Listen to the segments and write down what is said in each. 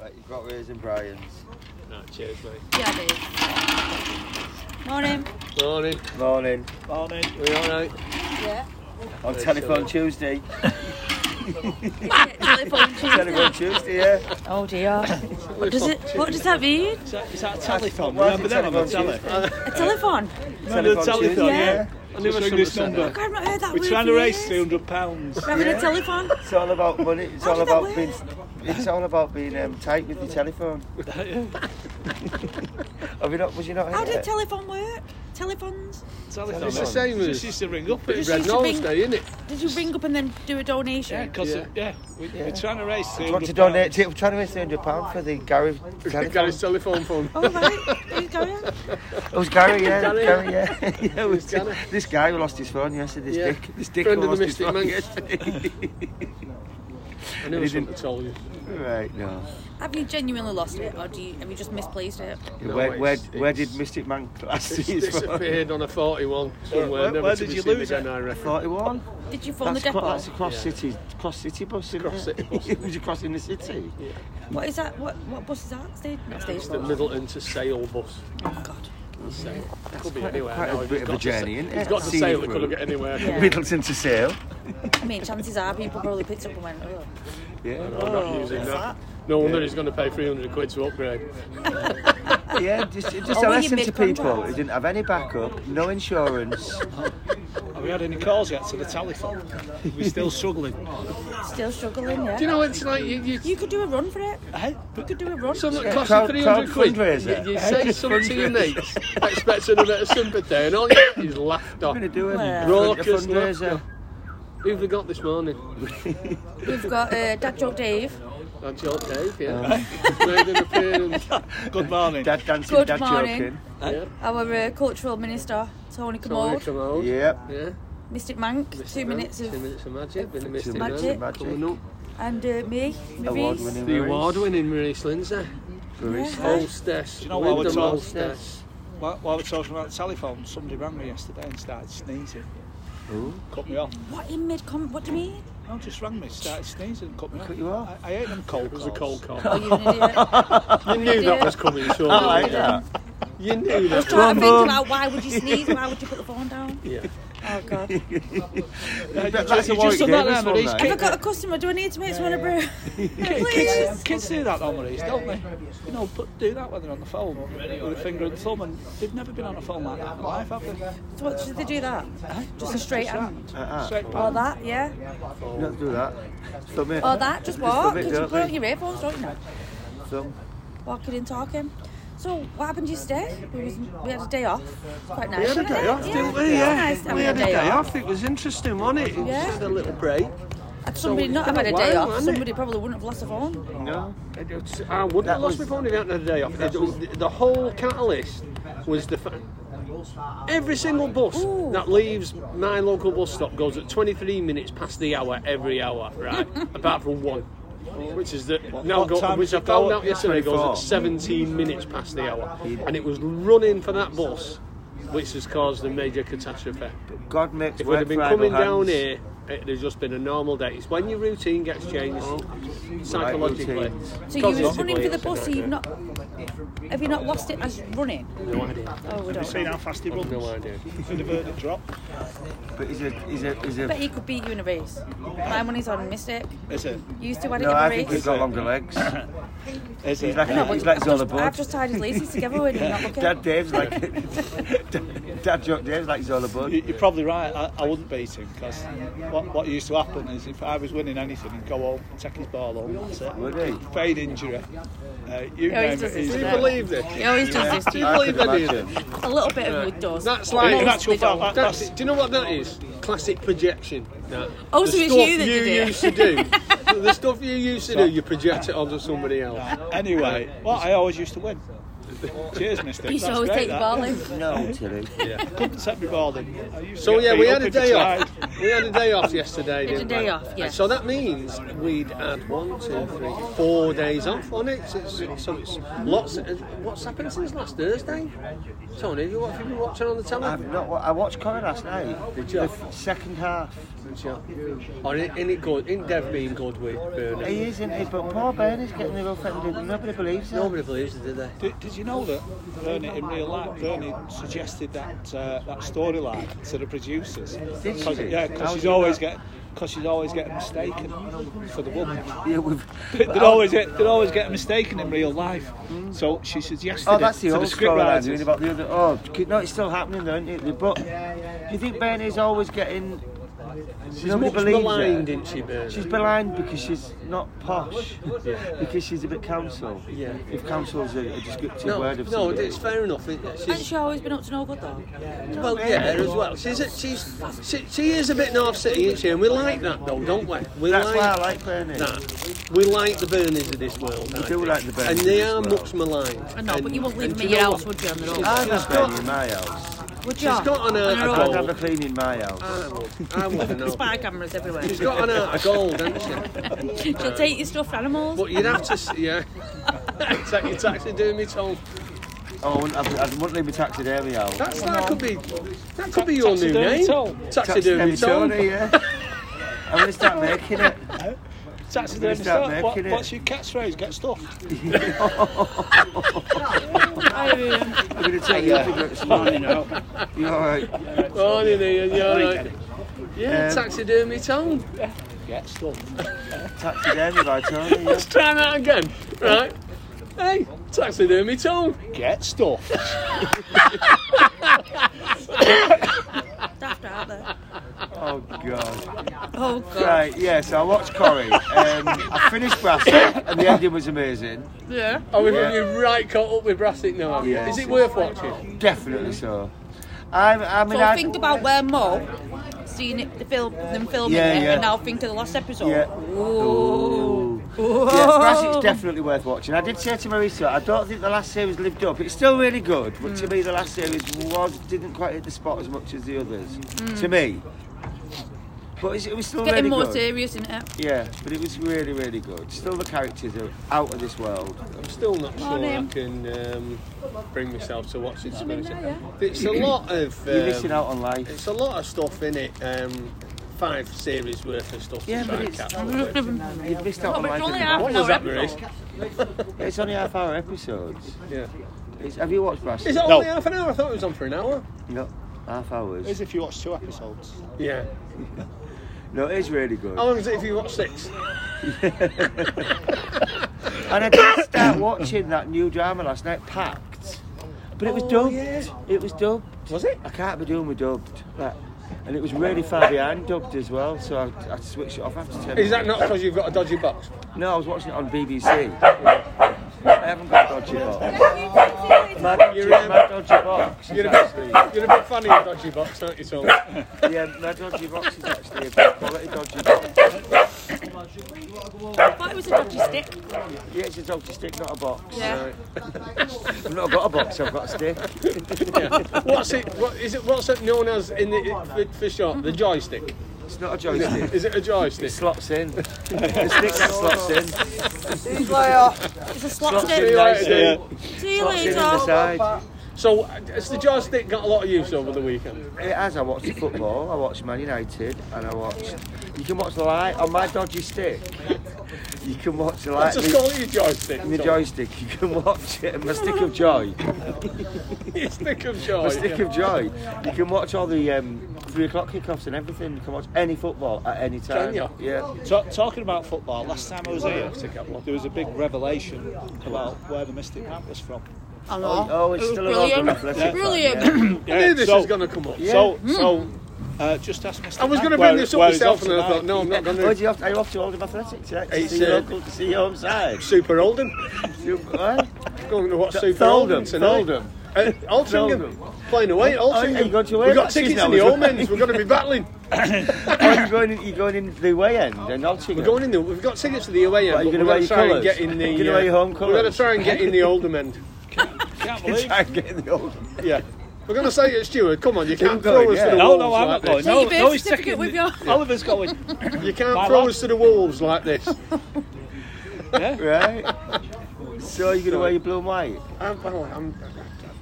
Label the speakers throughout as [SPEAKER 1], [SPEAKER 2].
[SPEAKER 1] Like you've got Raisin Brian's.
[SPEAKER 2] No, cheers, mate.
[SPEAKER 3] Yeah, it is. Morning.
[SPEAKER 2] Morning.
[SPEAKER 1] Morning.
[SPEAKER 4] Morning.
[SPEAKER 2] We all right?
[SPEAKER 3] Yeah.
[SPEAKER 1] On
[SPEAKER 2] Very
[SPEAKER 1] Telephone
[SPEAKER 2] chilly.
[SPEAKER 1] Tuesday.
[SPEAKER 3] Telephone Tuesday.
[SPEAKER 1] Telephone Tuesday, yeah.
[SPEAKER 3] Oh dear. What does it? What does that mean?
[SPEAKER 4] Is that, is that a telephone?
[SPEAKER 1] Why is
[SPEAKER 4] Remember
[SPEAKER 1] it
[SPEAKER 4] them on
[SPEAKER 1] telephone
[SPEAKER 4] the telly?
[SPEAKER 1] Tuesday?
[SPEAKER 3] A telephone.
[SPEAKER 4] Remember the
[SPEAKER 1] Telephone Tuesday,
[SPEAKER 4] telephone?
[SPEAKER 3] yeah.
[SPEAKER 4] Yeah.
[SPEAKER 2] I knew
[SPEAKER 4] Just ring
[SPEAKER 2] someone
[SPEAKER 4] this
[SPEAKER 2] said
[SPEAKER 4] number.
[SPEAKER 3] God, I've not heard that
[SPEAKER 4] We're
[SPEAKER 3] word
[SPEAKER 4] trying to
[SPEAKER 3] for
[SPEAKER 4] raise
[SPEAKER 3] years.
[SPEAKER 4] £300.
[SPEAKER 3] We're having
[SPEAKER 1] Yeah.
[SPEAKER 3] a telephone.
[SPEAKER 1] It's all about money. It's
[SPEAKER 3] How
[SPEAKER 1] all
[SPEAKER 3] did that
[SPEAKER 1] about being. It's all about being um, tight with your telephone. Have you not? Was you not?
[SPEAKER 3] How
[SPEAKER 1] here?
[SPEAKER 3] did telephone work? Telephones?
[SPEAKER 4] Telephone.
[SPEAKER 2] It's the same as
[SPEAKER 4] Just used to ring up.
[SPEAKER 3] just
[SPEAKER 4] it.
[SPEAKER 3] used
[SPEAKER 2] Red
[SPEAKER 3] to
[SPEAKER 2] Nose
[SPEAKER 3] ring-
[SPEAKER 2] Day, isn't it?
[SPEAKER 3] Did you ring up and then do a
[SPEAKER 4] Yeah,
[SPEAKER 3] donation?
[SPEAKER 4] 'cause
[SPEAKER 2] Yeah.
[SPEAKER 4] it- yeah, we, we're trying to raise
[SPEAKER 1] Do
[SPEAKER 4] £300.
[SPEAKER 1] you want to donate? Do you- I'm trying to raise three hundred pound for the Gary. Telephone.
[SPEAKER 2] Gary's telephone phone.
[SPEAKER 3] Oh right. Please carry on.
[SPEAKER 1] It was Gary, yeah.
[SPEAKER 2] Gary.
[SPEAKER 1] Gary, yeah. yeah it was
[SPEAKER 2] Gary.
[SPEAKER 1] This guy who lost his phone yesterday, this
[SPEAKER 2] Yeah.
[SPEAKER 1] dick. This dick
[SPEAKER 2] Friend
[SPEAKER 1] who
[SPEAKER 2] of the
[SPEAKER 1] lost his
[SPEAKER 2] Mystic
[SPEAKER 1] phone
[SPEAKER 2] Man.
[SPEAKER 1] yesterday.
[SPEAKER 2] I knew
[SPEAKER 1] He
[SPEAKER 2] I should
[SPEAKER 1] didn't-
[SPEAKER 2] have told you.
[SPEAKER 1] right, no.
[SPEAKER 3] Have you genuinely lost it, or do you have you just misplaced it?
[SPEAKER 2] No,
[SPEAKER 1] where,
[SPEAKER 2] it's-
[SPEAKER 1] where, where
[SPEAKER 2] it's-
[SPEAKER 1] did Mystic Man last
[SPEAKER 2] It's
[SPEAKER 1] his phone?
[SPEAKER 2] disappeared on a 41 somewhere.
[SPEAKER 4] Where-
[SPEAKER 2] never
[SPEAKER 4] where
[SPEAKER 2] to
[SPEAKER 4] did
[SPEAKER 2] be
[SPEAKER 4] you
[SPEAKER 2] seen
[SPEAKER 4] lose
[SPEAKER 2] again,
[SPEAKER 4] it?
[SPEAKER 2] I reckon.
[SPEAKER 1] 41.
[SPEAKER 3] Did you phone
[SPEAKER 1] That's,
[SPEAKER 3] the
[SPEAKER 1] cro-
[SPEAKER 3] depot?
[SPEAKER 1] that's a cross
[SPEAKER 2] Yeah.
[SPEAKER 1] city, cross city bus. Isn't
[SPEAKER 2] Cross
[SPEAKER 1] it?
[SPEAKER 2] city bus.
[SPEAKER 1] it was crossing the city.
[SPEAKER 3] What is that? What what bus is that? Stage? Not stage.
[SPEAKER 2] It's the Middleton to Sale bus.
[SPEAKER 3] Oh God.
[SPEAKER 2] Sale. Could be anywhere.
[SPEAKER 1] quite a
[SPEAKER 2] now. If
[SPEAKER 1] bit of
[SPEAKER 2] he's got
[SPEAKER 1] a
[SPEAKER 2] to Sa-
[SPEAKER 1] journey, isn't
[SPEAKER 2] He's
[SPEAKER 1] it?
[SPEAKER 2] got to
[SPEAKER 1] Seeing
[SPEAKER 2] Sale, it
[SPEAKER 1] through.
[SPEAKER 2] could have got anywhere.
[SPEAKER 3] Yeah.
[SPEAKER 1] Middleton to Sale.
[SPEAKER 3] I mean, chances are people probably picked up and went. Oh.
[SPEAKER 1] Yeah,
[SPEAKER 2] I'm not using that. No wonder he's going to pay 300 quid to upgrade.
[SPEAKER 1] yeah. Just, just
[SPEAKER 3] Oh,
[SPEAKER 1] a
[SPEAKER 3] were
[SPEAKER 1] lesson
[SPEAKER 3] you
[SPEAKER 1] to
[SPEAKER 3] mid-contract?
[SPEAKER 1] people who didn't have any backup, no insurance.
[SPEAKER 4] Have we had any calls yet to the telephone? We're still struggling.
[SPEAKER 3] Still struggling, yeah.
[SPEAKER 2] Do you know it's like you, you
[SPEAKER 3] You could do a run for it.
[SPEAKER 4] Eh?
[SPEAKER 3] You could do a run.
[SPEAKER 2] Something
[SPEAKER 1] Yeah,
[SPEAKER 2] that costs
[SPEAKER 1] crowd-
[SPEAKER 2] you 300
[SPEAKER 1] crowd
[SPEAKER 2] quid.
[SPEAKER 1] fundraiser.
[SPEAKER 2] You, you say something to your mates, expecting a bit of sympathy, and all you get is laughed
[SPEAKER 1] I'm
[SPEAKER 2] off.
[SPEAKER 1] gonna do a,
[SPEAKER 3] Well.
[SPEAKER 1] a
[SPEAKER 2] Raucous
[SPEAKER 1] fundraiser.
[SPEAKER 2] laughter. Who've they got this morning?
[SPEAKER 3] We've got uh, Dad Joke Dave.
[SPEAKER 2] That's your Dave, yeah. Made an appearance.
[SPEAKER 4] Good morning.
[SPEAKER 1] Dad dancing,
[SPEAKER 3] Good
[SPEAKER 1] dad
[SPEAKER 3] morning.
[SPEAKER 2] Yeah.
[SPEAKER 3] Our uh, cultural minister, Tony
[SPEAKER 2] Tony
[SPEAKER 3] Commode.
[SPEAKER 2] Commode.
[SPEAKER 1] joking. Yep.
[SPEAKER 2] Yeah.
[SPEAKER 3] Mystic Mank.
[SPEAKER 2] Mr.
[SPEAKER 3] two
[SPEAKER 2] Man,
[SPEAKER 3] minutes
[SPEAKER 2] Two
[SPEAKER 3] of.
[SPEAKER 2] Minutes of Magic. Been a Mystic
[SPEAKER 3] Magic.
[SPEAKER 2] Man.
[SPEAKER 1] Magic.
[SPEAKER 2] Coming up.
[SPEAKER 3] And uh, me,
[SPEAKER 1] Award
[SPEAKER 3] Maurice.
[SPEAKER 1] winning.
[SPEAKER 2] The award winning Maurice Lindsay.
[SPEAKER 1] Maurice.
[SPEAKER 3] Yeah.
[SPEAKER 2] Holstess.
[SPEAKER 4] Do you know what I would
[SPEAKER 2] Wyndham
[SPEAKER 4] talk-
[SPEAKER 2] Holstess.
[SPEAKER 4] While, while we're talking about the telephone, somebody rang me yesterday and started sneezing.
[SPEAKER 1] Who?
[SPEAKER 4] Cut me off.
[SPEAKER 3] What in mid com? What do you mean?
[SPEAKER 4] No, just rang me, started sneezing, cut me off.
[SPEAKER 1] Cut you off?
[SPEAKER 4] I, I hate them cold
[SPEAKER 2] It was
[SPEAKER 4] calls.
[SPEAKER 2] a cold
[SPEAKER 3] Oh,
[SPEAKER 2] call.
[SPEAKER 3] you an idiot.
[SPEAKER 2] You knew that was coming, surely.
[SPEAKER 1] I like that.
[SPEAKER 2] You knew
[SPEAKER 3] I was
[SPEAKER 2] that.
[SPEAKER 3] trying to think
[SPEAKER 1] Boom.
[SPEAKER 3] about why would you sneeze? Why would you put the phone down?
[SPEAKER 2] Yeah.
[SPEAKER 3] Oh God. If
[SPEAKER 4] Yeah, you
[SPEAKER 1] That's
[SPEAKER 4] just-
[SPEAKER 1] the
[SPEAKER 4] you
[SPEAKER 1] Warwick
[SPEAKER 4] just done that
[SPEAKER 1] Davis one,
[SPEAKER 4] there, Maurice.
[SPEAKER 1] that.
[SPEAKER 4] Kick-
[SPEAKER 3] I got a customer, do I need to make someone a brew?
[SPEAKER 4] Kids,
[SPEAKER 3] Please.
[SPEAKER 4] kids do that on Maurice, don't they? You know, put, do that when they're on the phone with a finger and thumb, and they've never been on a phone like that in life, have they?
[SPEAKER 3] So what, should they do that? Just a straight hand.
[SPEAKER 1] Uh-uh.
[SPEAKER 4] Straight
[SPEAKER 3] Or
[SPEAKER 4] back.
[SPEAKER 3] that, yeah.
[SPEAKER 1] You don't do that. Thumb it.
[SPEAKER 3] Or Oh, that,
[SPEAKER 1] Just
[SPEAKER 3] just walk.
[SPEAKER 1] thumb it,
[SPEAKER 3] 'cause you
[SPEAKER 1] don't
[SPEAKER 3] put on
[SPEAKER 1] they?
[SPEAKER 3] your earphones, don't you?
[SPEAKER 1] Thumb.
[SPEAKER 3] Walking and talking. So what happened yesterday? We, was, we had a day off. Quite nice.
[SPEAKER 2] We had a
[SPEAKER 3] wasn't
[SPEAKER 2] day
[SPEAKER 3] it?
[SPEAKER 2] off, didn't we?
[SPEAKER 3] it's
[SPEAKER 2] Yeah.
[SPEAKER 3] nice to have
[SPEAKER 2] We had a day off. It was interesting, wasn't it?
[SPEAKER 3] Yeah.
[SPEAKER 2] Just had a little break.
[SPEAKER 3] Had somebody
[SPEAKER 2] So
[SPEAKER 3] not
[SPEAKER 2] it's
[SPEAKER 3] had a
[SPEAKER 2] been a
[SPEAKER 3] day
[SPEAKER 2] while,
[SPEAKER 3] off,
[SPEAKER 2] hasn't it?
[SPEAKER 3] somebody probably wouldn't have lost a phone.
[SPEAKER 1] No.
[SPEAKER 2] It- it's- Ah, I wouldn't have lost my phone if I hadn't had a day off. It- the whole catalyst was the fact every single bus
[SPEAKER 3] Ooh.
[SPEAKER 2] that leaves my local bus stop goes at 23 minutes past the hour every hour, right? Apart from one. Which is the now
[SPEAKER 4] what
[SPEAKER 2] go,
[SPEAKER 4] time
[SPEAKER 2] which
[SPEAKER 4] does
[SPEAKER 2] I
[SPEAKER 4] it
[SPEAKER 2] found
[SPEAKER 4] go?
[SPEAKER 2] out yesterday goes
[SPEAKER 1] 24.
[SPEAKER 2] at 17 minutes past the hour, and it was running for that bus, which has caused a major catastrophe.
[SPEAKER 1] God makes
[SPEAKER 2] If we'd
[SPEAKER 1] work
[SPEAKER 2] have been
[SPEAKER 1] for idle
[SPEAKER 2] coming down
[SPEAKER 1] hands.
[SPEAKER 2] here, it'd have just been a normal day. It's when your routine gets changed psychologically.
[SPEAKER 1] routines.
[SPEAKER 3] So you was running for the bus, e- so you've not have you not lost it as running?
[SPEAKER 2] No idea.
[SPEAKER 3] Oh we don't
[SPEAKER 4] Seen
[SPEAKER 3] know.
[SPEAKER 4] how fast he runs.
[SPEAKER 2] No idea.
[SPEAKER 4] Could have heard it drop.
[SPEAKER 1] But he's a, he's a, he's
[SPEAKER 3] I bet
[SPEAKER 1] a.
[SPEAKER 3] he could beat you in a race. My money's on Mystic.
[SPEAKER 4] Is it?
[SPEAKER 3] You used to had it
[SPEAKER 1] No, I
[SPEAKER 3] every
[SPEAKER 1] think
[SPEAKER 3] race.
[SPEAKER 1] he's got longer legs.
[SPEAKER 4] Is
[SPEAKER 1] He's
[SPEAKER 4] it?
[SPEAKER 1] like,
[SPEAKER 3] No,
[SPEAKER 1] a,
[SPEAKER 3] but
[SPEAKER 1] he's like
[SPEAKER 3] I've just-
[SPEAKER 1] Zola Bud.
[SPEAKER 3] I've just tied his laces together when you're not looking.
[SPEAKER 1] Dad Dave's like. Dad- Dad joke Dave's like Zola
[SPEAKER 4] You-
[SPEAKER 1] Bud.
[SPEAKER 4] You're probably right. I, I wouldn't beat him because what, what used to happen is if I was winning anything, he'd go home, take his ball home, that's it.
[SPEAKER 1] Would he?
[SPEAKER 4] Fade injury. Uh, you
[SPEAKER 3] Yeah, he
[SPEAKER 4] name
[SPEAKER 3] does this,
[SPEAKER 4] it. he's-
[SPEAKER 2] Do you
[SPEAKER 3] Yeah.
[SPEAKER 2] believe this?
[SPEAKER 3] He always does this to
[SPEAKER 2] Do you
[SPEAKER 3] you.
[SPEAKER 1] I
[SPEAKER 2] believe
[SPEAKER 1] could
[SPEAKER 2] any of
[SPEAKER 1] imagine.
[SPEAKER 2] this?
[SPEAKER 3] A little bit of wood does.
[SPEAKER 2] That's
[SPEAKER 3] but
[SPEAKER 2] like-
[SPEAKER 4] In
[SPEAKER 3] most
[SPEAKER 4] actual
[SPEAKER 3] they don't.
[SPEAKER 4] fact,
[SPEAKER 2] That's, do you know what that is? Classic projection. That.
[SPEAKER 3] Oh,
[SPEAKER 2] the
[SPEAKER 3] so it's
[SPEAKER 2] stuff
[SPEAKER 3] you that did it.
[SPEAKER 2] used to do. the stuff you used to do, you project it onto somebody else.
[SPEAKER 4] Anyway, what I always used to win. Cheers, mister.
[SPEAKER 3] You used to
[SPEAKER 4] That's
[SPEAKER 3] always
[SPEAKER 4] great,
[SPEAKER 3] take the
[SPEAKER 4] that.
[SPEAKER 3] ball in.
[SPEAKER 1] No, Tilly.
[SPEAKER 4] Couldn't set my ball in. I used to
[SPEAKER 2] So
[SPEAKER 4] get
[SPEAKER 2] yeah,
[SPEAKER 4] beat
[SPEAKER 2] we had
[SPEAKER 4] up
[SPEAKER 2] a
[SPEAKER 4] if I
[SPEAKER 2] day
[SPEAKER 4] tried.
[SPEAKER 2] off. We had a day off yesterday.
[SPEAKER 3] Had a
[SPEAKER 2] didn't
[SPEAKER 3] day
[SPEAKER 2] we?
[SPEAKER 3] off, yeah.
[SPEAKER 2] So that means we'd had one, two, three, four days off on it. So it's, so it's lots. uh, What's happened since last Thursday? Tony, what have you been watching on the
[SPEAKER 1] I've
[SPEAKER 2] television?
[SPEAKER 1] not. wa- I watched Connor last night. The, the f- second half.
[SPEAKER 2] Yeah. Or in, in it good, in Dev being good with Burnham.
[SPEAKER 1] He is, isn't he? But poor Bernie's getting the offended. Nobody believes him.
[SPEAKER 2] Nobody believes it, did they?
[SPEAKER 4] Did, did you know that Bernie, in real life, Bernie suggested that uh, that storyline to the producers?
[SPEAKER 1] Did she?
[SPEAKER 4] 'Cause- Yeah, because
[SPEAKER 1] How
[SPEAKER 4] she's
[SPEAKER 1] did
[SPEAKER 4] always
[SPEAKER 1] that-
[SPEAKER 4] get because she's always getting mistaken for the woman.
[SPEAKER 1] Yeah, we've,
[SPEAKER 4] They- They'd always get they'd always get mistaken in real life. So she suggested
[SPEAKER 1] Oh, that's the
[SPEAKER 4] it to
[SPEAKER 1] old
[SPEAKER 4] the script
[SPEAKER 1] storyline.
[SPEAKER 4] writers.
[SPEAKER 1] really, About the other, oh, c- no, it's still happening, though, isn't it? The- But do you think Bernie's always getting? She's nobody
[SPEAKER 2] much
[SPEAKER 1] believes
[SPEAKER 2] maligned,
[SPEAKER 1] her.
[SPEAKER 2] isn't she, Bernie?
[SPEAKER 1] She's maligned because she's not posh. Because she's a bit council.
[SPEAKER 2] Yeah.
[SPEAKER 1] If council's a, a descriptive
[SPEAKER 2] No,
[SPEAKER 1] word of
[SPEAKER 2] no,
[SPEAKER 1] somebody.
[SPEAKER 2] it's fair enough. It,
[SPEAKER 3] Hasn't
[SPEAKER 2] she's,
[SPEAKER 3] she always been up to no good though?
[SPEAKER 2] well, yeah, as well. She's, a, she's she, she is a bit North City, isn't she? And we like that, though, don't we? We
[SPEAKER 1] That's
[SPEAKER 2] like
[SPEAKER 1] why I like Bernie.
[SPEAKER 2] that. We like the Burnies of this world. I
[SPEAKER 1] do
[SPEAKER 2] think.
[SPEAKER 1] like the Burnies
[SPEAKER 2] And they
[SPEAKER 1] of this
[SPEAKER 2] are
[SPEAKER 1] world.
[SPEAKER 2] much maligned.
[SPEAKER 3] I know, but
[SPEAKER 2] And-
[SPEAKER 3] you won't leave
[SPEAKER 2] and
[SPEAKER 3] them
[SPEAKER 2] do you
[SPEAKER 3] at your
[SPEAKER 2] know
[SPEAKER 3] house,
[SPEAKER 2] what?
[SPEAKER 3] would you, on their own?
[SPEAKER 1] I'd have Bernie in my house.
[SPEAKER 3] Would you?
[SPEAKER 2] got on a- a
[SPEAKER 1] I'd
[SPEAKER 2] goal.
[SPEAKER 1] have a clean in my house.
[SPEAKER 2] I would- I wouldn't know.
[SPEAKER 3] Spy cameras everywhere.
[SPEAKER 2] She's got an out of gold, hasn't she?
[SPEAKER 3] She'll take your stuffed animals.
[SPEAKER 2] But you'd have to, s- yeah. it's, like, it's actually doing me toll.
[SPEAKER 1] Oh, I wouldn't, have, I wouldn't leave my taxi there in my house.
[SPEAKER 2] That's that could be that could be your new
[SPEAKER 4] Taxidermy
[SPEAKER 2] name.
[SPEAKER 4] Toll.
[SPEAKER 2] Taxidermy toll.
[SPEAKER 1] Tony, yeah. I'm going to start making it.
[SPEAKER 4] That's
[SPEAKER 1] Gonna
[SPEAKER 4] the
[SPEAKER 1] start
[SPEAKER 4] start. What,
[SPEAKER 1] making it.
[SPEAKER 4] what's your catchphrase? Get stuffed.
[SPEAKER 1] I'm going to take you up and go, morning now. You alright?
[SPEAKER 2] Oh, you know, you're right. Yeah,
[SPEAKER 1] Um,
[SPEAKER 2] taxidermy toll.
[SPEAKER 4] Get stuffed.
[SPEAKER 1] Taxidermy by Tony, yeah.
[SPEAKER 2] Let's try that again, right? Hey, taxidermy toll.
[SPEAKER 4] Get stuffed.
[SPEAKER 3] Daft out there.
[SPEAKER 1] Oh, God.
[SPEAKER 3] Oh god.
[SPEAKER 1] Right, yeah, so I watched Corrie. Um, I finished Brassic, and the ending was amazing.
[SPEAKER 3] Yeah.
[SPEAKER 2] Oh, we've
[SPEAKER 1] Yeah.
[SPEAKER 2] you've right caught up with Brassic now. haven't you?
[SPEAKER 1] Yes.
[SPEAKER 2] Is it worth watching?
[SPEAKER 1] Definitely so. I'm, I mean,
[SPEAKER 3] So
[SPEAKER 1] I,
[SPEAKER 3] think about where Mo seen it, the film, them filming
[SPEAKER 1] Yeah,
[SPEAKER 3] it,
[SPEAKER 1] yeah.
[SPEAKER 3] and now think of the last episode.
[SPEAKER 1] Yeah.
[SPEAKER 3] Ooh.
[SPEAKER 1] Yeah, Brassic's definitely worth watching. I did say to Marisa, I don't think the last series lived up. It's still really good, but
[SPEAKER 3] Mm.
[SPEAKER 1] to me, the last series was didn't quite hit the spot as much as the others. To me, but it's- it was still
[SPEAKER 3] Mm. Getting
[SPEAKER 1] really
[SPEAKER 3] more
[SPEAKER 1] good.
[SPEAKER 3] serious, isn't it?
[SPEAKER 1] Yeah, but it was really, really good. Still, the characters are out of this world.
[SPEAKER 2] I'm still not sure
[SPEAKER 3] Morning.
[SPEAKER 2] I can um, bring myself to watch it. To be honest.
[SPEAKER 3] Yeah, yeah.
[SPEAKER 2] It's a lot of.
[SPEAKER 1] You're missing
[SPEAKER 2] um,
[SPEAKER 1] out on life.
[SPEAKER 2] It's a lot of stuff in it. Um, five series worth of stuff.
[SPEAKER 1] Yeah,
[SPEAKER 2] to try
[SPEAKER 1] but
[SPEAKER 2] and
[SPEAKER 1] it's
[SPEAKER 2] catch up with.
[SPEAKER 1] you've missed out
[SPEAKER 3] Oh,
[SPEAKER 1] on
[SPEAKER 3] but
[SPEAKER 1] life.
[SPEAKER 3] it's only
[SPEAKER 1] in
[SPEAKER 3] half
[SPEAKER 1] the-
[SPEAKER 2] What
[SPEAKER 3] an
[SPEAKER 2] was
[SPEAKER 3] hour
[SPEAKER 2] that,
[SPEAKER 3] episode.
[SPEAKER 2] Maurice?
[SPEAKER 1] It's only half-hour episodes.
[SPEAKER 2] Yeah.
[SPEAKER 1] It's, have you watched Brassic?
[SPEAKER 2] Is it
[SPEAKER 4] No.
[SPEAKER 2] only half an hour? I thought it was on for an hour.
[SPEAKER 1] No, half hours.
[SPEAKER 4] As if you watch two episodes.
[SPEAKER 2] Yeah.
[SPEAKER 1] No, it's really good.
[SPEAKER 2] How long is it if you watch six?
[SPEAKER 1] And I did start watching that new drama last night, Packed. But it was dubbed. It was dubbed.
[SPEAKER 2] Oh, Was it?
[SPEAKER 1] I can't be doing with dubbed. Like, and it was really far behind dubbed as well, so I, I switched it off after 10
[SPEAKER 2] Is that
[SPEAKER 1] minutes.
[SPEAKER 2] not because you've got a dodgy box?
[SPEAKER 1] No, I was watching it on BBC. I haven't got a dodgy box. My dodgy,
[SPEAKER 2] You're in-
[SPEAKER 1] my dodgy box. is
[SPEAKER 2] You're a
[SPEAKER 1] actually,
[SPEAKER 2] bit, you're a bit funny with dodgy box, aren't you, Tom?
[SPEAKER 1] yeah, my dodgy box is actually a good quality dodgy box.
[SPEAKER 3] I thought it was a dodgy stick.
[SPEAKER 1] Yeah, it's a dodgy stick, not a box.
[SPEAKER 3] Yeah.
[SPEAKER 1] I've not got a box, I've got a stick.
[SPEAKER 2] What's it? What is it? What's it known as in the for, for short? The joystick.
[SPEAKER 1] It's not a joystick.
[SPEAKER 2] Is it a
[SPEAKER 1] It
[SPEAKER 2] joystick?
[SPEAKER 1] slots in. The stick that slots in.
[SPEAKER 3] It's a slot
[SPEAKER 1] Slots
[SPEAKER 3] stick.
[SPEAKER 1] in nicely.
[SPEAKER 2] Yeah.
[SPEAKER 3] See you
[SPEAKER 1] Slots in in
[SPEAKER 3] later.
[SPEAKER 1] the side.
[SPEAKER 2] So uh, has the joystick got a lot of use over the weekend?
[SPEAKER 1] It has. I watched football. I watched Man United, and I watched. You can watch the light on my dodgy stick. You can watch the light.
[SPEAKER 2] Just call it your joystick.
[SPEAKER 1] in the
[SPEAKER 2] Tom.
[SPEAKER 1] joystick, you can watch it. My stick of joy,
[SPEAKER 2] Your stick of joy.
[SPEAKER 1] my stick of joy. You can watch all the um, three o'clock kickoffs and everything. You can watch any football at any time.
[SPEAKER 2] Can you?
[SPEAKER 1] Yeah.
[SPEAKER 4] Ta- talking about football, last time I was here, there was a big revelation about where the Mystic Man was from.
[SPEAKER 3] I know.
[SPEAKER 1] Oh, it's
[SPEAKER 3] it was
[SPEAKER 1] still
[SPEAKER 3] brilliant.
[SPEAKER 1] a lot of
[SPEAKER 3] Brilliant.
[SPEAKER 2] I knew this was going to come up.
[SPEAKER 4] So, so uh, just ask Mr.
[SPEAKER 2] I was
[SPEAKER 4] going to
[SPEAKER 2] bring this up myself, and then I thought, no, I'm not going
[SPEAKER 1] Where
[SPEAKER 2] to.
[SPEAKER 1] do you have to, are you off to Oldham Athletics? Yeah, to
[SPEAKER 2] It's,
[SPEAKER 1] see your
[SPEAKER 2] uh,
[SPEAKER 1] local, to see your home side.
[SPEAKER 2] Super Oldham.
[SPEAKER 1] What?
[SPEAKER 2] Going to watch
[SPEAKER 1] Th-
[SPEAKER 2] Super
[SPEAKER 1] Oldham,
[SPEAKER 2] Oldham tonight.
[SPEAKER 1] Oldham.
[SPEAKER 2] Uh, Altrincham. Playing away at
[SPEAKER 1] Oh, yeah,
[SPEAKER 2] Altrincham.
[SPEAKER 1] you got your away
[SPEAKER 2] We've got
[SPEAKER 1] matches
[SPEAKER 2] tickets
[SPEAKER 1] now
[SPEAKER 2] in the
[SPEAKER 1] as well.
[SPEAKER 2] old men's. We're going to be battling.
[SPEAKER 1] Are you going in, you're going in the way end and I'll
[SPEAKER 2] We're going in the. We've got tickets to the away end.
[SPEAKER 1] Are you
[SPEAKER 2] but
[SPEAKER 1] gonna
[SPEAKER 2] we're
[SPEAKER 1] wear
[SPEAKER 2] gonna
[SPEAKER 1] your
[SPEAKER 2] try and
[SPEAKER 1] colours?
[SPEAKER 2] get in the. uh,
[SPEAKER 1] Are you gonna wear your home
[SPEAKER 2] We're going
[SPEAKER 1] colours?
[SPEAKER 2] to try and get in the Oldham end.
[SPEAKER 4] Can't believe.
[SPEAKER 1] I get the old.
[SPEAKER 2] Yeah. We're going to say to Stuart, come on, you
[SPEAKER 1] I'm
[SPEAKER 2] can't
[SPEAKER 1] going,
[SPEAKER 2] throw us
[SPEAKER 1] yeah.
[SPEAKER 2] to the
[SPEAKER 4] No,
[SPEAKER 2] wolves
[SPEAKER 4] no, I'm
[SPEAKER 2] like
[SPEAKER 4] not going.
[SPEAKER 2] this.
[SPEAKER 4] No,
[SPEAKER 3] Take your
[SPEAKER 4] no,
[SPEAKER 3] birth
[SPEAKER 4] he's
[SPEAKER 3] certificate
[SPEAKER 4] taking.
[SPEAKER 3] with
[SPEAKER 4] the-
[SPEAKER 3] you.
[SPEAKER 4] Oliver's going.
[SPEAKER 2] You
[SPEAKER 4] My
[SPEAKER 2] can't throw
[SPEAKER 4] lad.
[SPEAKER 2] us to the wolves like this.
[SPEAKER 1] Right. So you're gonna wear your blue and white?
[SPEAKER 2] I'm, well, I'm,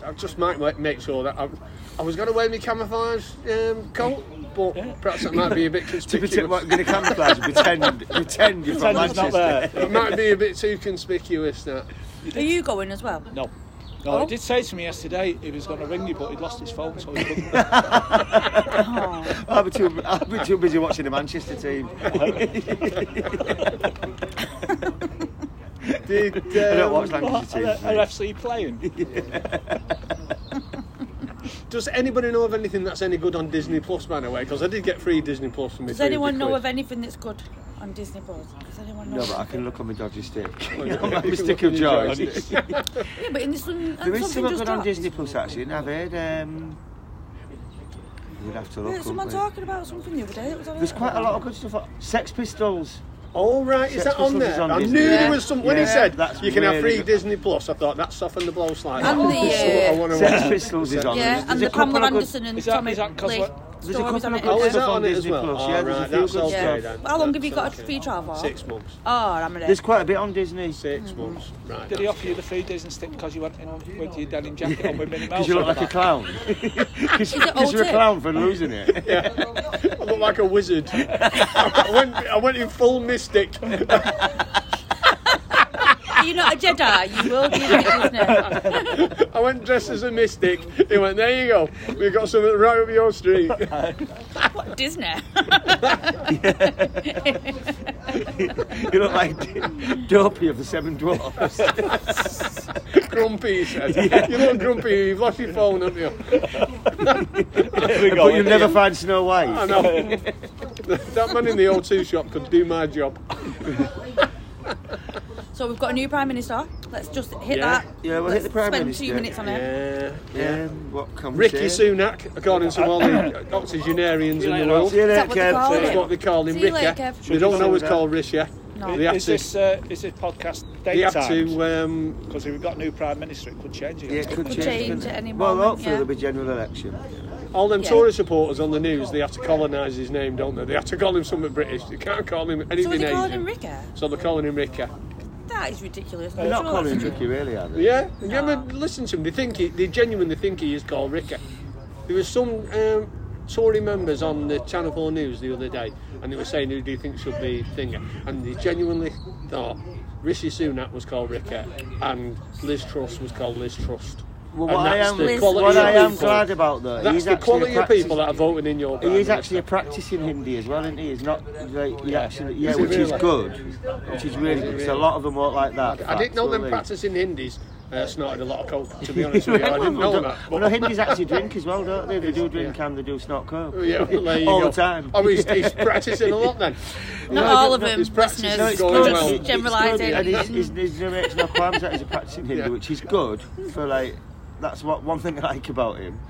[SPEAKER 2] I just might ma- make sure that I'm, I was going to wear my camouflage um, coat, but perhaps that might be a bit
[SPEAKER 1] To pretend,
[SPEAKER 2] conspicuous.
[SPEAKER 1] what, going to camouflage and pretend, pretend you're from
[SPEAKER 4] Pretend it's not
[SPEAKER 1] Manchester.
[SPEAKER 4] there.
[SPEAKER 2] it might be a bit too conspicuous that.
[SPEAKER 3] Are you going as well?
[SPEAKER 4] No. No,
[SPEAKER 3] Oh.
[SPEAKER 4] he did say to me yesterday he was going to ring you, but he'd lost his phone, so he couldn't.
[SPEAKER 3] Oh.
[SPEAKER 1] I'll be too, I'll be too busy watching the Manchester team.
[SPEAKER 2] Did,
[SPEAKER 1] I don't
[SPEAKER 2] um,
[SPEAKER 1] watch
[SPEAKER 4] What,
[SPEAKER 1] Lancashire
[SPEAKER 4] are,
[SPEAKER 1] teams.
[SPEAKER 4] are
[SPEAKER 1] mate.
[SPEAKER 4] FC playing?
[SPEAKER 2] Does anybody know of anything that's any good on Disney Plus, by the way? Because I did get free Disney Plus from me.
[SPEAKER 3] Does anyone know of anything that's good on Disney Plus? Does anyone know?
[SPEAKER 1] No, but I can look on my dodgy stick.
[SPEAKER 2] yeah,
[SPEAKER 1] On my
[SPEAKER 2] you can
[SPEAKER 1] stick of
[SPEAKER 2] look on your
[SPEAKER 1] joy.
[SPEAKER 2] dodgy
[SPEAKER 1] There
[SPEAKER 3] Yeah, but in this one, and
[SPEAKER 1] is something
[SPEAKER 3] something just
[SPEAKER 1] good on
[SPEAKER 3] dropped.
[SPEAKER 1] Disney Plus actually, and I've heard. Um, you'd have to look.
[SPEAKER 3] Yeah, someone
[SPEAKER 1] wouldn't we?
[SPEAKER 3] talking about something the other day. That was on
[SPEAKER 1] There's
[SPEAKER 3] it.
[SPEAKER 1] quite a lot of good stuff. on- Sex Pistols.
[SPEAKER 2] All right, is
[SPEAKER 1] Sex
[SPEAKER 2] that on
[SPEAKER 1] Pistols is
[SPEAKER 2] there?
[SPEAKER 1] on
[SPEAKER 2] I
[SPEAKER 1] Disney.
[SPEAKER 2] knew
[SPEAKER 1] Yeah.
[SPEAKER 2] there was some. When he
[SPEAKER 1] Yeah,
[SPEAKER 2] said
[SPEAKER 1] that's
[SPEAKER 2] you can have
[SPEAKER 1] really
[SPEAKER 2] free
[SPEAKER 1] good.
[SPEAKER 2] Disney Plus, I thought that softened the blow slightly.
[SPEAKER 3] And the,
[SPEAKER 2] That's what I
[SPEAKER 3] uh,
[SPEAKER 2] want to
[SPEAKER 1] Sex
[SPEAKER 2] watch.
[SPEAKER 1] Pistols is on. there.
[SPEAKER 3] Yeah,
[SPEAKER 1] There's
[SPEAKER 3] and
[SPEAKER 1] a
[SPEAKER 3] the
[SPEAKER 1] couple
[SPEAKER 3] Pamela
[SPEAKER 1] of good-
[SPEAKER 3] Anderson and
[SPEAKER 4] Is that-
[SPEAKER 3] Tommy
[SPEAKER 4] is that 'cause
[SPEAKER 3] Lee
[SPEAKER 4] what-
[SPEAKER 1] There's a
[SPEAKER 3] stories on
[SPEAKER 1] couple
[SPEAKER 3] it.
[SPEAKER 1] of good
[SPEAKER 2] Oh, is
[SPEAKER 1] stuff
[SPEAKER 2] that
[SPEAKER 1] on
[SPEAKER 2] on it as
[SPEAKER 1] Disney
[SPEAKER 2] well?
[SPEAKER 1] Plus,
[SPEAKER 2] All
[SPEAKER 1] yeah, there's a
[SPEAKER 2] right,
[SPEAKER 1] few
[SPEAKER 2] that's
[SPEAKER 1] good
[SPEAKER 2] okay
[SPEAKER 1] stuff.
[SPEAKER 2] then.
[SPEAKER 3] How long have
[SPEAKER 2] That's
[SPEAKER 3] you got
[SPEAKER 2] okay.
[SPEAKER 3] a free trial for?
[SPEAKER 2] Six months.
[SPEAKER 3] Oh, I'm ready.
[SPEAKER 1] There's quite a bit on Disney.
[SPEAKER 2] Six months. Right.
[SPEAKER 4] Did he
[SPEAKER 2] that's
[SPEAKER 4] offer you the free Disney stick because you went in on, with your denim jacket on with Minnie Mouse?
[SPEAKER 1] Because you look
[SPEAKER 4] on
[SPEAKER 1] like a
[SPEAKER 4] the
[SPEAKER 1] clown. Because
[SPEAKER 3] old
[SPEAKER 1] you're a
[SPEAKER 3] tip?
[SPEAKER 1] clown for losing it.
[SPEAKER 2] I look like a wizard. I went. I went in full mystic.
[SPEAKER 3] Are you not a Jedi? You will be a Disney.
[SPEAKER 2] I went dressed as a mystic. He went. There you go. We've got something right up your street.
[SPEAKER 3] What Disney?
[SPEAKER 1] You look like Dopey of the Seven Dwarfs.
[SPEAKER 2] grumpy. He said. You look grumpy. You've lost your phone, haven't you?
[SPEAKER 4] There we go.
[SPEAKER 1] But you'll never find Snow
[SPEAKER 2] I
[SPEAKER 1] White.
[SPEAKER 2] know. that man in the O2 shop could do my job.
[SPEAKER 3] so we've got a new prime minister. Let's just hit
[SPEAKER 2] Yeah.
[SPEAKER 3] that.
[SPEAKER 1] Yeah, we'll hit
[SPEAKER 3] Let's
[SPEAKER 1] the Prime
[SPEAKER 3] spend
[SPEAKER 1] Minister.
[SPEAKER 3] two minutes on it.
[SPEAKER 2] Yeah.
[SPEAKER 1] Um, what can we
[SPEAKER 2] Ricky
[SPEAKER 1] say?
[SPEAKER 2] Sunak, according to all the octogenarians in the world.
[SPEAKER 1] See you
[SPEAKER 3] that
[SPEAKER 1] later,
[SPEAKER 3] what they
[SPEAKER 1] Kev.
[SPEAKER 3] call
[SPEAKER 2] That's
[SPEAKER 3] it?
[SPEAKER 2] what they call him,
[SPEAKER 3] See you
[SPEAKER 2] Ricky.
[SPEAKER 3] later, Kev.
[SPEAKER 2] They don't
[SPEAKER 1] Ricky
[SPEAKER 2] always
[SPEAKER 1] Sunak.
[SPEAKER 2] call Rishi.
[SPEAKER 3] No.
[SPEAKER 2] They have
[SPEAKER 4] Is
[SPEAKER 2] to.
[SPEAKER 4] this, uh, is this podcast
[SPEAKER 2] They
[SPEAKER 4] date
[SPEAKER 2] have to. Um,
[SPEAKER 4] Because if we've got a new Prime Minister, it could change again.
[SPEAKER 1] Yeah, it could
[SPEAKER 3] Could
[SPEAKER 1] change.
[SPEAKER 3] change
[SPEAKER 1] couldn't
[SPEAKER 3] at
[SPEAKER 1] it?
[SPEAKER 3] any
[SPEAKER 1] well,
[SPEAKER 3] moment,
[SPEAKER 1] hopefully
[SPEAKER 3] yeah.
[SPEAKER 1] there'll be general election.
[SPEAKER 2] all them
[SPEAKER 3] Yeah.
[SPEAKER 2] Tory supporters on the news, they have to colonise his name, don't they? They have to call him something British. They can't call him anything
[SPEAKER 3] So are they
[SPEAKER 2] Asian.
[SPEAKER 3] calling him Ricky?
[SPEAKER 2] So they're calling him Ricky.
[SPEAKER 3] That is ridiculous.
[SPEAKER 1] They're not
[SPEAKER 3] Sure,
[SPEAKER 1] calling him
[SPEAKER 3] that's-
[SPEAKER 1] Ricky, really, are they?
[SPEAKER 2] Yeah, yeah.
[SPEAKER 3] Ah.
[SPEAKER 2] But listen to him. They think he, they genuinely think he is called Ricky. There was some um, Tory members on the Channel Four News the other day, and they were saying who do you think should be thingy, and they genuinely thought Rishi Sunak was called Ricky, and Liz Truss was called Liz Trust.
[SPEAKER 1] Well,
[SPEAKER 2] And
[SPEAKER 1] what I
[SPEAKER 2] that's
[SPEAKER 1] am,
[SPEAKER 2] the
[SPEAKER 3] Liz-
[SPEAKER 2] quality
[SPEAKER 1] what
[SPEAKER 2] of
[SPEAKER 1] I am
[SPEAKER 2] people-
[SPEAKER 1] glad about, though,
[SPEAKER 2] That's
[SPEAKER 1] he's
[SPEAKER 2] the
[SPEAKER 1] actually
[SPEAKER 2] quality of
[SPEAKER 1] practicing-
[SPEAKER 2] people that are voting in your.
[SPEAKER 1] He
[SPEAKER 2] Prime
[SPEAKER 1] is actually a
[SPEAKER 2] Minister.
[SPEAKER 1] practicing Hindi as well, isn't he? He's not like he actually, yeah,
[SPEAKER 2] Is he
[SPEAKER 1] which is
[SPEAKER 2] really?
[SPEAKER 1] good, which is really good. Because a lot of them won't like that.
[SPEAKER 2] I didn't know them
[SPEAKER 1] fact,
[SPEAKER 2] practicing Indies uh, snorted a lot of coke. To be
[SPEAKER 1] will they?
[SPEAKER 2] honest with you, I didn't know that.
[SPEAKER 1] Well, no, Hindis actually drink as well, don't they? They do drink and they do snort coke
[SPEAKER 2] Yeah, well, there you
[SPEAKER 1] all
[SPEAKER 2] go.
[SPEAKER 1] the time.
[SPEAKER 2] Oh, he's, he's practicing a lot then.
[SPEAKER 3] Not
[SPEAKER 2] No,
[SPEAKER 3] all
[SPEAKER 2] no,
[SPEAKER 3] of them,
[SPEAKER 2] His practice
[SPEAKER 3] listeners.
[SPEAKER 2] is
[SPEAKER 1] good.
[SPEAKER 2] going well.
[SPEAKER 3] It's generalising.
[SPEAKER 1] And he's, he's, he's, he makes no qualms that he's a practicing Hindu,
[SPEAKER 2] Yeah.
[SPEAKER 1] which is good for like. That's what one thing I like about him,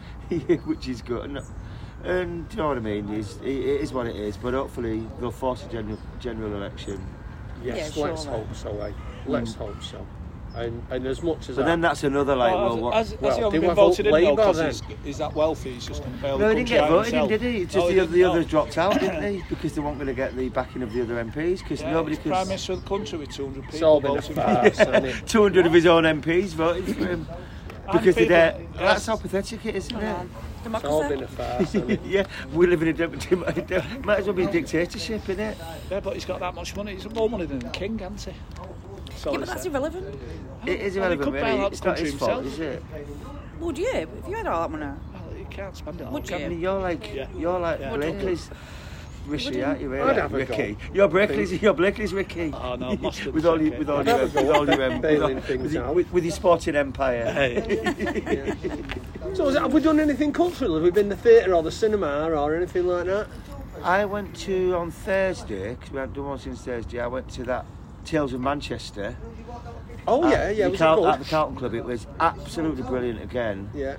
[SPEAKER 1] which is good. And, and do you know what I mean? He's, it it is what it is. But hopefully they'll force a general general election.
[SPEAKER 2] Yes,
[SPEAKER 3] Yeah,
[SPEAKER 2] let's
[SPEAKER 3] surely.
[SPEAKER 2] hope so. Eh? Let's hope so. And, and as much as
[SPEAKER 1] But
[SPEAKER 2] I,
[SPEAKER 1] then that's another like, well,
[SPEAKER 4] Well,
[SPEAKER 1] what?
[SPEAKER 4] has, has,
[SPEAKER 2] well,
[SPEAKER 4] has he
[SPEAKER 2] they
[SPEAKER 4] only
[SPEAKER 2] were
[SPEAKER 4] been voted in
[SPEAKER 2] vote
[SPEAKER 4] though
[SPEAKER 2] Labour
[SPEAKER 4] because
[SPEAKER 2] then.
[SPEAKER 4] he's, he's that wealthy, he's just going to bail
[SPEAKER 1] no,
[SPEAKER 4] the
[SPEAKER 1] he didn't
[SPEAKER 4] country
[SPEAKER 1] get
[SPEAKER 4] out
[SPEAKER 1] voted in,
[SPEAKER 4] himself.
[SPEAKER 1] did he? It's
[SPEAKER 4] No,
[SPEAKER 1] Just
[SPEAKER 4] he
[SPEAKER 1] the, other the
[SPEAKER 4] didn't,
[SPEAKER 1] others
[SPEAKER 4] no.
[SPEAKER 1] dropped out, didn't they? Because they weren't going to get the backing of the other MPs, because
[SPEAKER 4] Yeah,
[SPEAKER 1] nobody
[SPEAKER 4] he's Prime
[SPEAKER 1] could.
[SPEAKER 4] Minister of the country with 200
[SPEAKER 2] it's all
[SPEAKER 4] people
[SPEAKER 2] been a
[SPEAKER 4] voting for
[SPEAKER 2] farce, hasn't it?
[SPEAKER 1] 200 of his own MPs voted for him. Because
[SPEAKER 4] people-
[SPEAKER 1] they're.
[SPEAKER 4] yes. Uh-huh.
[SPEAKER 1] That's how pathetic it is, isn't it?
[SPEAKER 2] It's all been
[SPEAKER 3] Democracy.
[SPEAKER 2] a farce. hasn't it?
[SPEAKER 1] yeah, we live in a dem- dem- dem- might as well be a dictatorship, innit?
[SPEAKER 4] Yeah, but he's got that much money. He's got more money than the king, hasn't he? So
[SPEAKER 3] Yeah, but
[SPEAKER 4] it's,
[SPEAKER 3] that's
[SPEAKER 4] uh,
[SPEAKER 3] irrelevant.
[SPEAKER 1] It is
[SPEAKER 4] Well, he
[SPEAKER 1] irrelevant,
[SPEAKER 4] could bail
[SPEAKER 1] really.
[SPEAKER 4] out the
[SPEAKER 1] It's not his
[SPEAKER 4] country
[SPEAKER 1] fault, is
[SPEAKER 4] himself.
[SPEAKER 1] it?
[SPEAKER 3] Would you? If you had all that money,
[SPEAKER 4] well, you can't spend it all,
[SPEAKER 3] Would
[SPEAKER 4] can
[SPEAKER 1] I
[SPEAKER 3] you?
[SPEAKER 4] you?
[SPEAKER 1] mean, you're like,
[SPEAKER 4] Yeah.
[SPEAKER 1] you're like
[SPEAKER 4] Yeah.
[SPEAKER 1] Blakely's Rishi,
[SPEAKER 3] Wouldn't-
[SPEAKER 1] aren't you? Really?
[SPEAKER 2] I'd have a
[SPEAKER 1] Ricky.
[SPEAKER 2] go.
[SPEAKER 1] You're Blakely's, you're Blakely's Ricky.
[SPEAKER 4] Oh, no, mustard
[SPEAKER 1] with all you,
[SPEAKER 4] was
[SPEAKER 1] with all
[SPEAKER 4] okay.
[SPEAKER 1] you,
[SPEAKER 2] I'd have
[SPEAKER 1] with
[SPEAKER 2] a go.
[SPEAKER 1] all you, um, with, all,
[SPEAKER 2] Bailing things
[SPEAKER 1] with, your-
[SPEAKER 2] out.
[SPEAKER 1] with, with your sporting empire.
[SPEAKER 2] So, is- have we done anything cultural? Have we been to the theatre or the cinema or anything like that?
[SPEAKER 1] Uh, I went to on Thursday because we haven't done one since Thursday. I went to that Tales of Manchester.
[SPEAKER 2] Oh yeah,
[SPEAKER 1] at
[SPEAKER 2] yeah.
[SPEAKER 1] the
[SPEAKER 2] Was it
[SPEAKER 1] Carl- at
[SPEAKER 2] good?
[SPEAKER 1] the Carlton Club. It was absolutely brilliant again.
[SPEAKER 2] Yeah.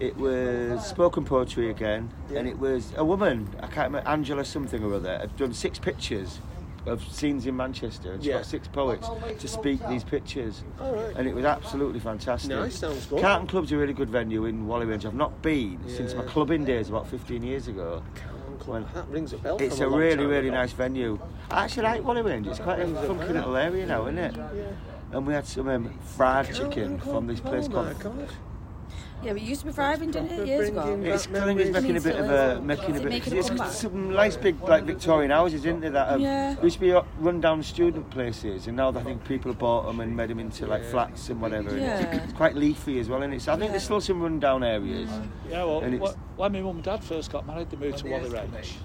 [SPEAKER 1] It was spoken poetry again,
[SPEAKER 2] Yeah.
[SPEAKER 1] and it was a woman. I can't remember Angela something or other. Had done six pictures of scenes in Manchester, and she
[SPEAKER 2] Yeah.
[SPEAKER 1] got six poets to speak these pictures.
[SPEAKER 2] All right.
[SPEAKER 1] And it was absolutely fantastic.
[SPEAKER 2] Nice, sounds good.
[SPEAKER 1] Carlton Club's a really good venue in Wally Range. I've not been since my
[SPEAKER 2] Yeah.
[SPEAKER 1] clubbing days about 15 years ago. When-
[SPEAKER 2] That rings a bell.
[SPEAKER 1] It's
[SPEAKER 2] from
[SPEAKER 1] a
[SPEAKER 2] long
[SPEAKER 1] really,
[SPEAKER 2] time
[SPEAKER 1] really
[SPEAKER 2] ago.
[SPEAKER 1] nice venue. I actually like Wally Range. It's quite a funky little area now, isn't it? And we had some um, fried chicken
[SPEAKER 2] Carlton
[SPEAKER 1] from this
[SPEAKER 2] Club,
[SPEAKER 1] place
[SPEAKER 2] oh
[SPEAKER 1] called
[SPEAKER 2] my God.
[SPEAKER 3] Yeah, but it used to be thriving, didn't it, years ago?
[SPEAKER 1] It's
[SPEAKER 2] Back
[SPEAKER 1] Glengane's
[SPEAKER 2] memories.
[SPEAKER 1] making a bit of a making a
[SPEAKER 3] Is it
[SPEAKER 1] bit.
[SPEAKER 3] making a
[SPEAKER 1] it's
[SPEAKER 3] comeback?
[SPEAKER 1] some nice big like Victorian houses, isn't there? That have,
[SPEAKER 3] Yeah.
[SPEAKER 1] used to be uh, run-down student places, and now I think people have bought them and made them into like flats and whatever. and it's-
[SPEAKER 3] Yeah.
[SPEAKER 1] It's quite leafy as well, and it's. I think
[SPEAKER 3] Yeah. Mm.
[SPEAKER 1] there's still some run-down areas.
[SPEAKER 4] Yeah, well,
[SPEAKER 1] And it's-
[SPEAKER 4] wh- when my mum and dad first got married, they moved to Wally Range.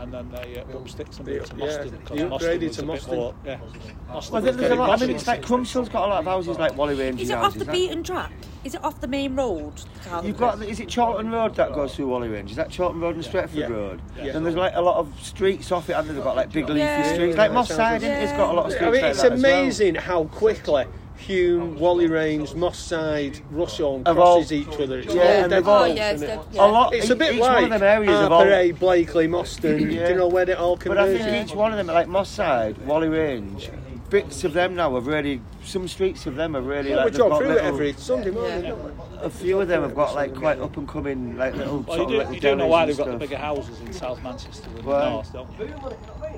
[SPEAKER 4] And then they uh, up sticks and moved to
[SPEAKER 2] Yeah,
[SPEAKER 4] Moston. 'cause
[SPEAKER 2] they upgraded
[SPEAKER 4] Moston was
[SPEAKER 2] to
[SPEAKER 4] a bit
[SPEAKER 2] Moston.
[SPEAKER 4] more- Yeah. Moston
[SPEAKER 1] Well,
[SPEAKER 4] was
[SPEAKER 1] there's a
[SPEAKER 4] getting
[SPEAKER 1] lot. I
[SPEAKER 4] bad
[SPEAKER 1] mean, it's
[SPEAKER 4] since
[SPEAKER 1] like
[SPEAKER 4] then.
[SPEAKER 1] Crumpsall's got a lot of houses like Wally Range.
[SPEAKER 3] Is it off
[SPEAKER 1] houses.
[SPEAKER 3] the beaten track? Is it off the main road? the car
[SPEAKER 1] You've
[SPEAKER 3] loop?
[SPEAKER 1] got, is it Charlton Road that goes through Wally Range? Is that Charlton Road and Stretford
[SPEAKER 2] Yeah.
[SPEAKER 1] Road?
[SPEAKER 2] Yeah.
[SPEAKER 1] And there's like a lot of streets off it, and they've got like big leafy
[SPEAKER 3] Yeah.
[SPEAKER 1] streets.
[SPEAKER 2] Yeah,
[SPEAKER 1] Like
[SPEAKER 2] that
[SPEAKER 1] Moss
[SPEAKER 2] sounds
[SPEAKER 1] Side, isn't it? it's got a lot of
[SPEAKER 2] I
[SPEAKER 1] streets.
[SPEAKER 2] mean,
[SPEAKER 1] like
[SPEAKER 2] it's
[SPEAKER 1] that as well.
[SPEAKER 2] amazing how quickly Hume, Wally Range, Moss Side, Rusholme
[SPEAKER 1] Have
[SPEAKER 2] crosses
[SPEAKER 1] all-
[SPEAKER 2] each other. It's
[SPEAKER 1] Yeah,
[SPEAKER 2] all
[SPEAKER 1] and
[SPEAKER 2] dead
[SPEAKER 1] they've all-
[SPEAKER 2] balls,
[SPEAKER 1] Oh, yeah,
[SPEAKER 3] it's
[SPEAKER 2] isn't it?
[SPEAKER 3] dead-
[SPEAKER 1] A lot.
[SPEAKER 2] It's
[SPEAKER 1] each,
[SPEAKER 2] a bit
[SPEAKER 1] each
[SPEAKER 2] like
[SPEAKER 1] one of them areas have all-
[SPEAKER 2] Harper A, Blakely, Moston.
[SPEAKER 1] Yeah.
[SPEAKER 2] Do you know where they all
[SPEAKER 1] But I
[SPEAKER 2] converge?
[SPEAKER 1] think each one of them, like Moss Side, Wally Range, bits of them now have really. Some streets of them are really
[SPEAKER 2] Well, we
[SPEAKER 1] like. they've
[SPEAKER 2] jog
[SPEAKER 1] got
[SPEAKER 2] through it
[SPEAKER 1] little-
[SPEAKER 2] every Sunday morning. don't we?
[SPEAKER 1] A few of them have got like quite up and coming like little.
[SPEAKER 4] Well,
[SPEAKER 1] sort
[SPEAKER 4] you
[SPEAKER 1] of
[SPEAKER 4] do,
[SPEAKER 1] little
[SPEAKER 4] you do know
[SPEAKER 1] delis
[SPEAKER 4] why
[SPEAKER 1] and
[SPEAKER 4] they've got the
[SPEAKER 1] stuff.
[SPEAKER 4] bigger houses in South Manchester than
[SPEAKER 1] Why?
[SPEAKER 4] the north, don't you?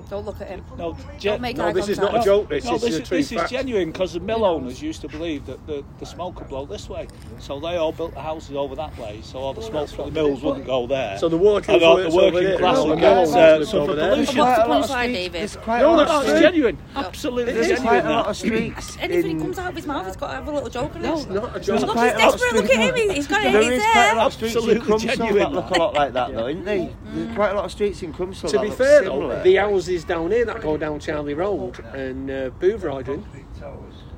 [SPEAKER 3] Don't look at him.
[SPEAKER 4] No,
[SPEAKER 3] Don't make
[SPEAKER 4] no,
[SPEAKER 3] eye
[SPEAKER 2] this is
[SPEAKER 3] contact.
[SPEAKER 2] not a joke, this,
[SPEAKER 4] No,
[SPEAKER 2] is
[SPEAKER 4] this,
[SPEAKER 2] a
[SPEAKER 4] is,
[SPEAKER 2] true
[SPEAKER 4] this is
[SPEAKER 2] fact.
[SPEAKER 4] genuine because the mill owners used to believe that the, the smoke would blow this way. So they all built the houses over that way, so all the smoke from the mills wouldn't go there.
[SPEAKER 2] So the working
[SPEAKER 4] And all
[SPEAKER 2] class
[SPEAKER 4] the
[SPEAKER 2] over there,
[SPEAKER 4] working class
[SPEAKER 2] all the
[SPEAKER 4] would
[SPEAKER 2] mill
[SPEAKER 4] get
[SPEAKER 2] owners
[SPEAKER 4] uh,
[SPEAKER 2] lived
[SPEAKER 4] some
[SPEAKER 2] over
[SPEAKER 4] for
[SPEAKER 2] there.
[SPEAKER 4] pollution.
[SPEAKER 1] Quite a lot of
[SPEAKER 3] Quite
[SPEAKER 1] streets-
[SPEAKER 3] David.
[SPEAKER 1] There's quite a
[SPEAKER 4] No,
[SPEAKER 1] lot
[SPEAKER 4] no,
[SPEAKER 1] of
[SPEAKER 4] Oh, it's
[SPEAKER 1] streets.
[SPEAKER 4] genuine. Absolutely
[SPEAKER 1] There's quite
[SPEAKER 4] genuine.
[SPEAKER 1] a lot
[SPEAKER 4] that.
[SPEAKER 1] of streets.
[SPEAKER 3] Anything
[SPEAKER 1] in-
[SPEAKER 3] that comes out of his mouth, it's got to have a little joke in it.
[SPEAKER 2] It's not a
[SPEAKER 1] quite
[SPEAKER 2] joke.
[SPEAKER 3] Look, he's
[SPEAKER 1] a lot of
[SPEAKER 3] desperate. Look at him.
[SPEAKER 1] streets.
[SPEAKER 3] He's, he's got it.
[SPEAKER 1] There
[SPEAKER 3] He's
[SPEAKER 1] is quite a
[SPEAKER 3] there.
[SPEAKER 1] lot of streets in
[SPEAKER 4] Absolutely
[SPEAKER 1] Crumpsall that
[SPEAKER 4] genuine,
[SPEAKER 1] look a lot like that, though, isn't they? There's quite a lot of streets in Crumpsall
[SPEAKER 2] To
[SPEAKER 1] that
[SPEAKER 2] be
[SPEAKER 1] look
[SPEAKER 2] fair,
[SPEAKER 1] similar.
[SPEAKER 2] though, the houses down here that go down Charlie Road and uh, Bouvryden,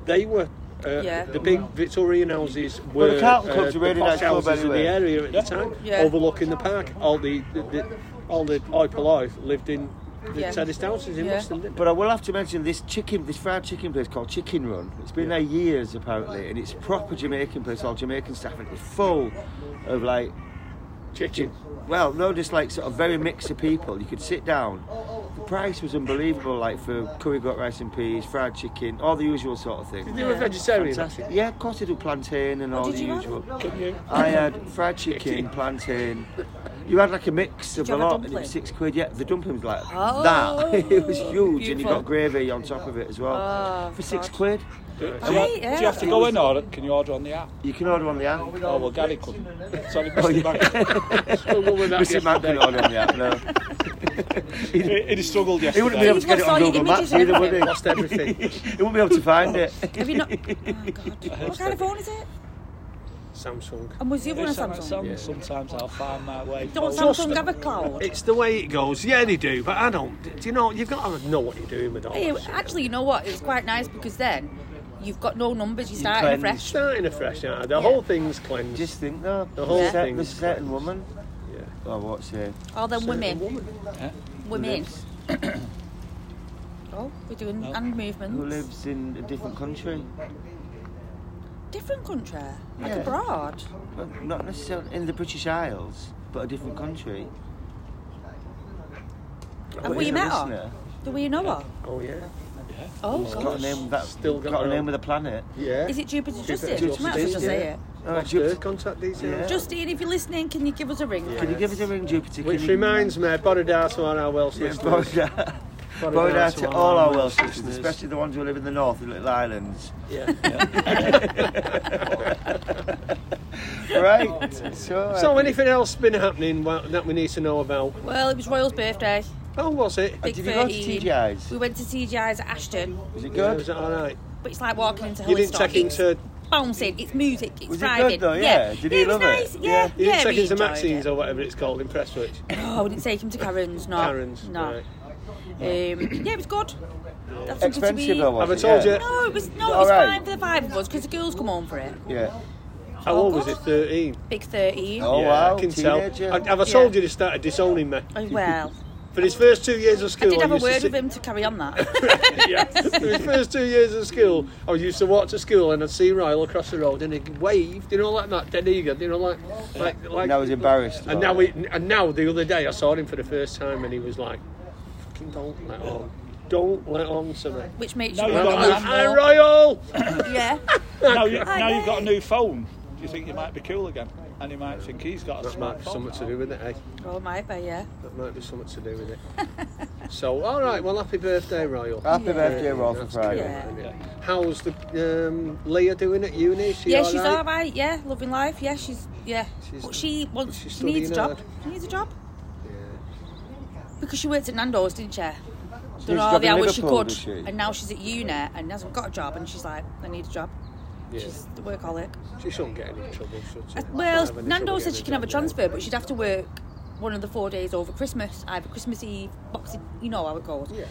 [SPEAKER 2] they were. Uh,
[SPEAKER 3] Yeah.
[SPEAKER 2] The big Victorian houses were
[SPEAKER 1] Well, the Carlton
[SPEAKER 2] uh,
[SPEAKER 1] Club's a really
[SPEAKER 2] the posh
[SPEAKER 1] nice club
[SPEAKER 2] houses
[SPEAKER 1] anyway.
[SPEAKER 2] in the area at the time,
[SPEAKER 3] Yeah.
[SPEAKER 2] overlooking the park. All the, the, the all the Oipe Life lived in the
[SPEAKER 3] Yeah.
[SPEAKER 2] terraced houses in
[SPEAKER 3] Yeah.
[SPEAKER 2] Boston, didn't
[SPEAKER 1] But I will have to mention this chicken, this fried chicken place called Chicken Run. It's been there years apparently, and it's a proper Jamaican place, all Jamaican staff, and it's full of like,
[SPEAKER 2] it? Chicken.
[SPEAKER 1] well, no, just like sort of very mix of people. You could sit down. The price was unbelievable, like for curry goat rice and peas, fried chicken, all the usual sort of thing.
[SPEAKER 2] They were vegetarian.
[SPEAKER 1] Fantastic. Yeah, of course they do plantain and all
[SPEAKER 3] Oh, did
[SPEAKER 1] the
[SPEAKER 3] you have?
[SPEAKER 1] usual. I had fried chicken, plantain. You had like a mix of
[SPEAKER 3] you
[SPEAKER 1] a
[SPEAKER 3] have a
[SPEAKER 1] lot, and it was
[SPEAKER 3] dumpling?
[SPEAKER 1] six quid. Yeah, the dumpling was like
[SPEAKER 3] Oh,
[SPEAKER 1] that. it was huge, and you
[SPEAKER 3] beautiful.
[SPEAKER 1] got gravy on top of it as well
[SPEAKER 3] Oh,
[SPEAKER 1] for six
[SPEAKER 3] God.
[SPEAKER 1] quid.
[SPEAKER 4] Do you,
[SPEAKER 3] Right, yeah,
[SPEAKER 4] do you have to go in or can you order on the app?
[SPEAKER 1] You can order on the app.
[SPEAKER 4] Oh, well, Gary couldn't. Sorry,
[SPEAKER 1] Oh,
[SPEAKER 4] Mr.
[SPEAKER 1] yeah.
[SPEAKER 4] Bank.
[SPEAKER 2] Struggle with that
[SPEAKER 1] Mr. Man
[SPEAKER 2] yesterday.
[SPEAKER 1] can order on the app. No,
[SPEAKER 4] He, he struggled yesterday.
[SPEAKER 1] he wouldn't be able to
[SPEAKER 3] He's
[SPEAKER 1] get it on
[SPEAKER 3] lost all your
[SPEAKER 1] Google Maps
[SPEAKER 3] images and
[SPEAKER 1] either, would he?
[SPEAKER 3] everything.
[SPEAKER 2] Lost everything.
[SPEAKER 1] he wouldn't be able to find it.
[SPEAKER 3] Have you not? Oh, God. What kind of phone is it?
[SPEAKER 2] Samsung.
[SPEAKER 3] And was the other one a
[SPEAKER 4] It's
[SPEAKER 3] Samsung?
[SPEAKER 4] Samsung. Sometimes I'll find my way.
[SPEAKER 3] Don't
[SPEAKER 4] forward.
[SPEAKER 3] Samsung have a cloud?
[SPEAKER 2] It's the way it goes. Yeah, they do, but I don't. Do you know? You've got to know what you're doing with all
[SPEAKER 3] Hey, uh,
[SPEAKER 2] this.
[SPEAKER 3] actually, you know what? It was quite nice because then you've got no numbers. You're starting
[SPEAKER 1] cleanse.
[SPEAKER 3] afresh.
[SPEAKER 2] Starting afresh, aren't I? the whole thing's cleansed.
[SPEAKER 1] Just think though,
[SPEAKER 2] The whole
[SPEAKER 1] the set-
[SPEAKER 2] thing.
[SPEAKER 1] the certain woman.
[SPEAKER 2] Yeah.
[SPEAKER 1] Oh, what's it?
[SPEAKER 3] All them women.
[SPEAKER 4] Yeah.
[SPEAKER 3] Women.
[SPEAKER 1] Lives,
[SPEAKER 3] Oh, we're doing
[SPEAKER 4] No.
[SPEAKER 3] hand
[SPEAKER 1] who
[SPEAKER 3] movements.
[SPEAKER 1] lives in a different country?
[SPEAKER 3] Different country. Like
[SPEAKER 1] Yeah.
[SPEAKER 3] abroad.
[SPEAKER 1] Well, not necessarily in the British Isles, but a different country.
[SPEAKER 3] Have
[SPEAKER 1] But
[SPEAKER 3] we
[SPEAKER 1] he's a
[SPEAKER 3] met her?
[SPEAKER 1] listener.
[SPEAKER 3] Do we know her?
[SPEAKER 2] Oh yeah.
[SPEAKER 3] Oh,
[SPEAKER 1] It's got a
[SPEAKER 3] gosh.
[SPEAKER 1] name that
[SPEAKER 2] Still got
[SPEAKER 1] got, a
[SPEAKER 2] her
[SPEAKER 1] name
[SPEAKER 2] own.
[SPEAKER 1] of the planet.
[SPEAKER 2] Yeah.
[SPEAKER 3] Is it Jupiter Justin?
[SPEAKER 2] Jupiter
[SPEAKER 3] You might as well
[SPEAKER 2] Justin,
[SPEAKER 3] just say it.
[SPEAKER 1] Oh,
[SPEAKER 2] That's
[SPEAKER 1] Ju-
[SPEAKER 2] her contact uh, details.
[SPEAKER 3] Justine, if you're listening, can you give us a ring?
[SPEAKER 1] Can you give us a ring, Jupiter? Can
[SPEAKER 2] Which
[SPEAKER 1] you-
[SPEAKER 2] reminds me, Borodar to all our Welsh
[SPEAKER 1] Yeah,
[SPEAKER 2] listeners.
[SPEAKER 1] Boda.
[SPEAKER 2] Boda
[SPEAKER 1] Boda
[SPEAKER 2] to
[SPEAKER 1] to
[SPEAKER 2] all
[SPEAKER 1] all
[SPEAKER 2] our
[SPEAKER 1] our Welsh
[SPEAKER 2] listeners.
[SPEAKER 1] listeners, especially the ones who live in the north, the little islands.
[SPEAKER 2] Yeah.
[SPEAKER 1] Right. So,
[SPEAKER 2] So, anything else been happening wha- that we need to know about?
[SPEAKER 3] Well, it was Royal's birthday.
[SPEAKER 2] Oh, was it?
[SPEAKER 3] Big
[SPEAKER 1] did you go to
[SPEAKER 3] 13.
[SPEAKER 1] TGI's?
[SPEAKER 3] We went to TGI's at Ashton,
[SPEAKER 1] was it
[SPEAKER 2] Yeah,
[SPEAKER 1] good?
[SPEAKER 2] was it all right?
[SPEAKER 3] but it's like walking into
[SPEAKER 2] You didn't
[SPEAKER 3] Hillstock.
[SPEAKER 2] take him
[SPEAKER 3] It's
[SPEAKER 2] to
[SPEAKER 3] bouncing, it's music, it's
[SPEAKER 1] Was it good
[SPEAKER 3] vibing.
[SPEAKER 1] though? Yeah. Did he
[SPEAKER 3] it was
[SPEAKER 1] love it?
[SPEAKER 3] nice. Yeah,
[SPEAKER 2] you
[SPEAKER 3] yeah.
[SPEAKER 2] didn't take
[SPEAKER 3] we
[SPEAKER 2] him to
[SPEAKER 3] enjoyed
[SPEAKER 2] Maxine's
[SPEAKER 3] it.
[SPEAKER 2] or whatever it's called in Presswich.
[SPEAKER 3] No, we didn't take him to Karen's. No.
[SPEAKER 2] Karen's.
[SPEAKER 3] No.
[SPEAKER 2] Right.
[SPEAKER 3] Um, yeah, it was good. That's something to
[SPEAKER 1] Expensive
[SPEAKER 3] be...
[SPEAKER 1] though, was
[SPEAKER 2] Have I
[SPEAKER 1] it?
[SPEAKER 2] told
[SPEAKER 1] yeah.
[SPEAKER 2] you?
[SPEAKER 3] No, it was no, it
[SPEAKER 1] All
[SPEAKER 3] was
[SPEAKER 1] right.
[SPEAKER 3] fine for the five of us because the girls come home for it.
[SPEAKER 1] Yeah.
[SPEAKER 3] Oh,
[SPEAKER 2] How old was it? Thirteen.
[SPEAKER 3] Big thirteen.
[SPEAKER 1] Oh
[SPEAKER 2] yeah,
[SPEAKER 1] wow,
[SPEAKER 2] I can
[SPEAKER 1] teenager.
[SPEAKER 2] tell. I- Have I told
[SPEAKER 3] Yeah.
[SPEAKER 2] you they started disowning me?
[SPEAKER 3] Oh, well,
[SPEAKER 2] For his first two years of
[SPEAKER 3] I
[SPEAKER 2] school,
[SPEAKER 3] did have a
[SPEAKER 2] used to
[SPEAKER 3] word
[SPEAKER 2] sit-
[SPEAKER 3] with him to carry on that.
[SPEAKER 2] yeah. For his first two years of school, I used to walk to school and I'd see Ryle across the road and he'd wave, you know, like that, dead eager, you know, like, like, like.
[SPEAKER 1] And I was embarrassed.
[SPEAKER 2] And
[SPEAKER 1] about
[SPEAKER 2] now, he, and now the other day, I saw him for the first time and he was like, "Fucking don't let on, don't let on to me."
[SPEAKER 3] Which makes
[SPEAKER 4] No,
[SPEAKER 3] you
[SPEAKER 4] you
[SPEAKER 3] want
[SPEAKER 4] don't
[SPEAKER 3] to
[SPEAKER 4] have
[SPEAKER 3] laugh
[SPEAKER 2] Hi,
[SPEAKER 3] more.
[SPEAKER 2] Royal.
[SPEAKER 3] Yeah.
[SPEAKER 4] Now, you, now you've got a new phone. Do you think you might be cool again? And you might think he's got a
[SPEAKER 2] That might be
[SPEAKER 4] smartphone.
[SPEAKER 2] something to do with it, eh?
[SPEAKER 3] Oh, my bad, yeah.
[SPEAKER 2] That might be something to do with it. so, all right, well, happy birthday, Royal.
[SPEAKER 1] Happy birthday, Royal, for Friday.
[SPEAKER 3] Yeah.
[SPEAKER 2] How's the um, Leah doing at uni? Is She
[SPEAKER 3] yeah,
[SPEAKER 2] all
[SPEAKER 3] she's
[SPEAKER 2] right?
[SPEAKER 3] all right. Yeah, loving life. Yeah, she's Yeah.
[SPEAKER 5] She's-
[SPEAKER 3] but she wants.
[SPEAKER 5] she's
[SPEAKER 3] She needs a
[SPEAKER 5] studying
[SPEAKER 3] job. She needs a job. Because she worked at Nando's, didn't she?
[SPEAKER 1] did
[SPEAKER 3] Done
[SPEAKER 1] a
[SPEAKER 3] all
[SPEAKER 1] job
[SPEAKER 3] the
[SPEAKER 1] in
[SPEAKER 3] hours she
[SPEAKER 1] Liverpool,
[SPEAKER 3] could,
[SPEAKER 1] did she?
[SPEAKER 3] and now she's at uni and hasn't got a job, and she's like, I need a job. She's a workaholic.
[SPEAKER 2] She shouldn't get any trouble, should she?
[SPEAKER 3] I-
[SPEAKER 2] She
[SPEAKER 3] Uh, well,
[SPEAKER 2] shouldn't have any
[SPEAKER 3] Nando
[SPEAKER 2] trouble
[SPEAKER 3] said
[SPEAKER 2] getting
[SPEAKER 3] she can have a
[SPEAKER 2] job, yeah.
[SPEAKER 3] transfer, but she'd have to work one of the four days over Christmas, either Christmas Eve, Boxing, you know how it goes.
[SPEAKER 2] Yeah.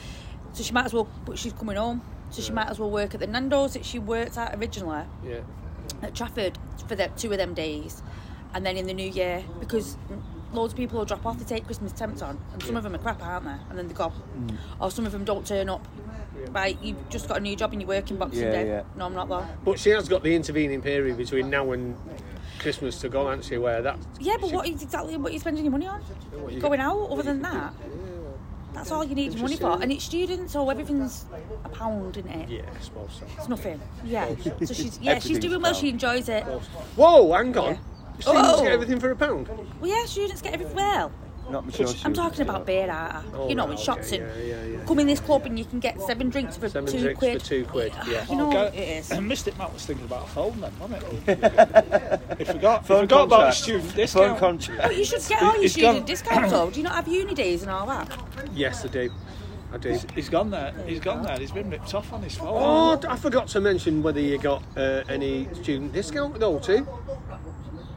[SPEAKER 3] So she might as well, but she's coming home, so she might as well work at the Nando's that she worked at originally
[SPEAKER 2] Yeah.
[SPEAKER 3] at Trafford for the two of them days, and then in the new year because loads of people will drop off. They take Christmas temps on, and some of them are crap, aren't they? And then they go,
[SPEAKER 1] Mm.
[SPEAKER 3] or some of them don't turn up. Right, you've just got a new job and you're working Boxing
[SPEAKER 1] Yeah,
[SPEAKER 3] Day.
[SPEAKER 1] yeah.
[SPEAKER 3] No, I'm not though.
[SPEAKER 2] But she has got the intervening period between now and Christmas to go, hasn't she? Where that
[SPEAKER 3] Yeah, but
[SPEAKER 2] she-
[SPEAKER 3] what is exactly what are you spending your money on?
[SPEAKER 2] what you
[SPEAKER 3] Going
[SPEAKER 2] get-
[SPEAKER 3] out other
[SPEAKER 2] what you
[SPEAKER 3] than
[SPEAKER 2] can do.
[SPEAKER 3] that. That's all you need your money for,
[SPEAKER 2] Interesting.
[SPEAKER 3] and it's students, so everything's a pound, isn't it?
[SPEAKER 2] Yeah, I suppose so.
[SPEAKER 3] It's nothing. Yeah. So she's yeah, she's
[SPEAKER 1] Everything's
[SPEAKER 3] doing
[SPEAKER 1] a
[SPEAKER 3] well.
[SPEAKER 1] pound.
[SPEAKER 3] She enjoys it.
[SPEAKER 2] Whoa, hang on.
[SPEAKER 3] Yeah.
[SPEAKER 2] She must
[SPEAKER 3] Oh.
[SPEAKER 2] get everything for a pound.
[SPEAKER 3] Well, yeah, students get everything well.
[SPEAKER 1] Not mature
[SPEAKER 3] I'm
[SPEAKER 1] students,
[SPEAKER 3] talking about beer lager.
[SPEAKER 2] Oh,
[SPEAKER 3] you know,
[SPEAKER 2] right,
[SPEAKER 3] in shots
[SPEAKER 2] okay,
[SPEAKER 3] and
[SPEAKER 2] yeah, yeah, yeah.
[SPEAKER 3] come in this club and you can get seven drinks for
[SPEAKER 2] Seven
[SPEAKER 3] two
[SPEAKER 2] drinks
[SPEAKER 3] quid.
[SPEAKER 2] for two quid. Yeah.
[SPEAKER 3] You know,
[SPEAKER 4] Okay.
[SPEAKER 3] it is.
[SPEAKER 4] Mystic Matt was thinking about a phone then, wasn't it? he forgot, he
[SPEAKER 1] Phone
[SPEAKER 4] forgot about a
[SPEAKER 1] contract.
[SPEAKER 4] student
[SPEAKER 1] Phone
[SPEAKER 4] discount.
[SPEAKER 1] contract.
[SPEAKER 3] But you should get all your
[SPEAKER 4] It's
[SPEAKER 3] student
[SPEAKER 4] gone-
[SPEAKER 3] discounts though. Do you not have uni days and all that?
[SPEAKER 2] Yes, I do. I do.
[SPEAKER 4] He's- he's gone there. He's gone there. He's been ripped off on his phone.
[SPEAKER 2] Oh, I forgot to mention whether you got uh, any student discount though too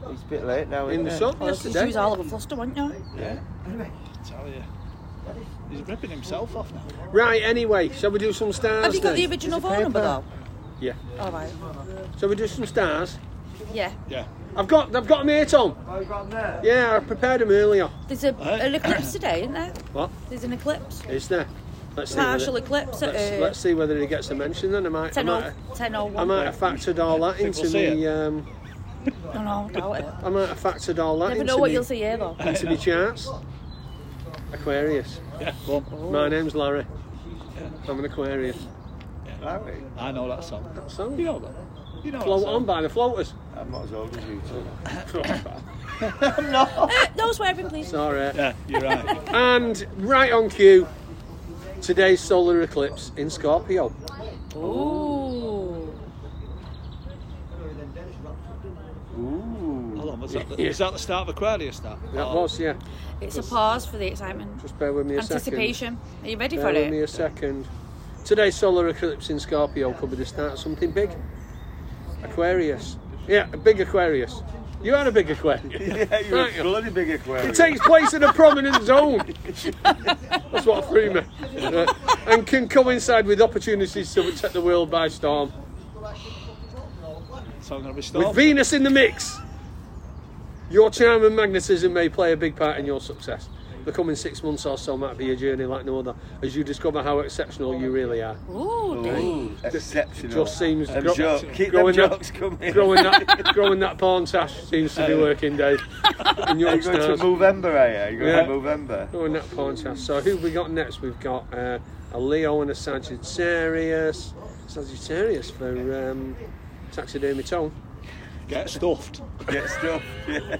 [SPEAKER 1] It's a bit late now.
[SPEAKER 2] in
[SPEAKER 1] isn't
[SPEAKER 2] the
[SPEAKER 1] it?
[SPEAKER 2] shop
[SPEAKER 3] Well, you
[SPEAKER 2] yesterday.
[SPEAKER 3] was all of a fluster, weren't you?
[SPEAKER 4] yeah. I tell you, he's ripping himself off now.
[SPEAKER 2] Right. Anyway, shall we do some stars?
[SPEAKER 3] Have you got the
[SPEAKER 2] then?
[SPEAKER 3] original
[SPEAKER 1] Is it
[SPEAKER 3] phone number though?
[SPEAKER 1] paper?
[SPEAKER 2] Yeah.
[SPEAKER 3] All right.
[SPEAKER 2] Shall we do some stars?
[SPEAKER 3] Yeah.
[SPEAKER 4] Yeah.
[SPEAKER 2] I've got. I've got them here, Tom.
[SPEAKER 1] Oh, you got 'em there?
[SPEAKER 2] Yeah, I prepared them earlier.
[SPEAKER 3] There's a,
[SPEAKER 4] Right.
[SPEAKER 3] an eclipse today, isn't there?
[SPEAKER 2] What
[SPEAKER 3] There's an eclipse.
[SPEAKER 2] is there? Let's see.
[SPEAKER 3] Partial
[SPEAKER 2] whether-
[SPEAKER 3] eclipse at
[SPEAKER 2] Let's,
[SPEAKER 3] uh, oh,
[SPEAKER 2] let's see whether he gets a mention. Then I might. I
[SPEAKER 3] 10
[SPEAKER 2] might,
[SPEAKER 3] 10:01.
[SPEAKER 2] I might have factored all that
[SPEAKER 4] Think we'll
[SPEAKER 2] into
[SPEAKER 4] see
[SPEAKER 2] the.
[SPEAKER 4] it.
[SPEAKER 2] Um,
[SPEAKER 3] No, no, doubt it.
[SPEAKER 2] I might have factored all that
[SPEAKER 3] Never
[SPEAKER 2] into
[SPEAKER 3] know what
[SPEAKER 2] me-
[SPEAKER 3] you'll see here though.
[SPEAKER 2] into the charts. Aquarius.
[SPEAKER 4] Yeah. Go on.
[SPEAKER 2] My name's Larry. I'm an Aquarius.
[SPEAKER 1] Larry,
[SPEAKER 4] I know that song.
[SPEAKER 2] That song.
[SPEAKER 4] You know that. You know
[SPEAKER 2] Float
[SPEAKER 4] that
[SPEAKER 2] on
[SPEAKER 4] song.
[SPEAKER 2] by the floaters.
[SPEAKER 1] I'm not as old as you two.
[SPEAKER 3] Uh, no swearing, please.
[SPEAKER 2] Sorry.
[SPEAKER 4] Yeah, you're right.
[SPEAKER 2] And right on cue, today's solar eclipse in Scorpio.
[SPEAKER 3] Ooh.
[SPEAKER 1] Ooh.
[SPEAKER 4] Hold on, was that, the, is that the start of Aquarius? That Oh,
[SPEAKER 2] That
[SPEAKER 4] Or-
[SPEAKER 2] was, yeah.
[SPEAKER 3] It's a pause for the excitement.
[SPEAKER 2] Just bear with me a second.
[SPEAKER 3] Anticipation. Are you ready
[SPEAKER 2] Bear
[SPEAKER 3] for
[SPEAKER 2] with me
[SPEAKER 3] it?
[SPEAKER 2] a second. Today's solar eclipse in Scorpio could be the start of something big. Aquarius. Yeah, a big Aquarius. You are a big Aquarius.
[SPEAKER 1] Yeah, you're
[SPEAKER 2] Right.
[SPEAKER 1] a bloody big aquarium.
[SPEAKER 2] It takes place in a prominent zone. That's what threw me. Right. and can coincide with opportunities to take the world by storm.
[SPEAKER 4] So I'm going to be
[SPEAKER 2] With
[SPEAKER 4] stormed.
[SPEAKER 2] Venus in the mix, your charm and magnetism may play a big part in your success. The coming six months or so might be a journey like no other, as you discover how exceptional you really are.
[SPEAKER 3] Ooh, Dave.
[SPEAKER 1] Ooh, exceptional.
[SPEAKER 2] Just seems
[SPEAKER 1] Them
[SPEAKER 2] gro-
[SPEAKER 1] joke- Keep them
[SPEAKER 2] growing that-
[SPEAKER 1] jokes coming.
[SPEAKER 2] Growing that, growing that pawn sash seems to be working, Dave. In
[SPEAKER 1] Are
[SPEAKER 2] your
[SPEAKER 1] you going Uh. to
[SPEAKER 2] stars.
[SPEAKER 1] Movember, are you? Are you
[SPEAKER 2] Yeah.
[SPEAKER 1] going to Movember?
[SPEAKER 2] Growing that pawn sash. So who we got next? We've got uh, a Leo and a Sagittarius. Sagittarius for um, taxidermy tone.
[SPEAKER 4] Get stuffed.
[SPEAKER 1] Get stuffed, yeah.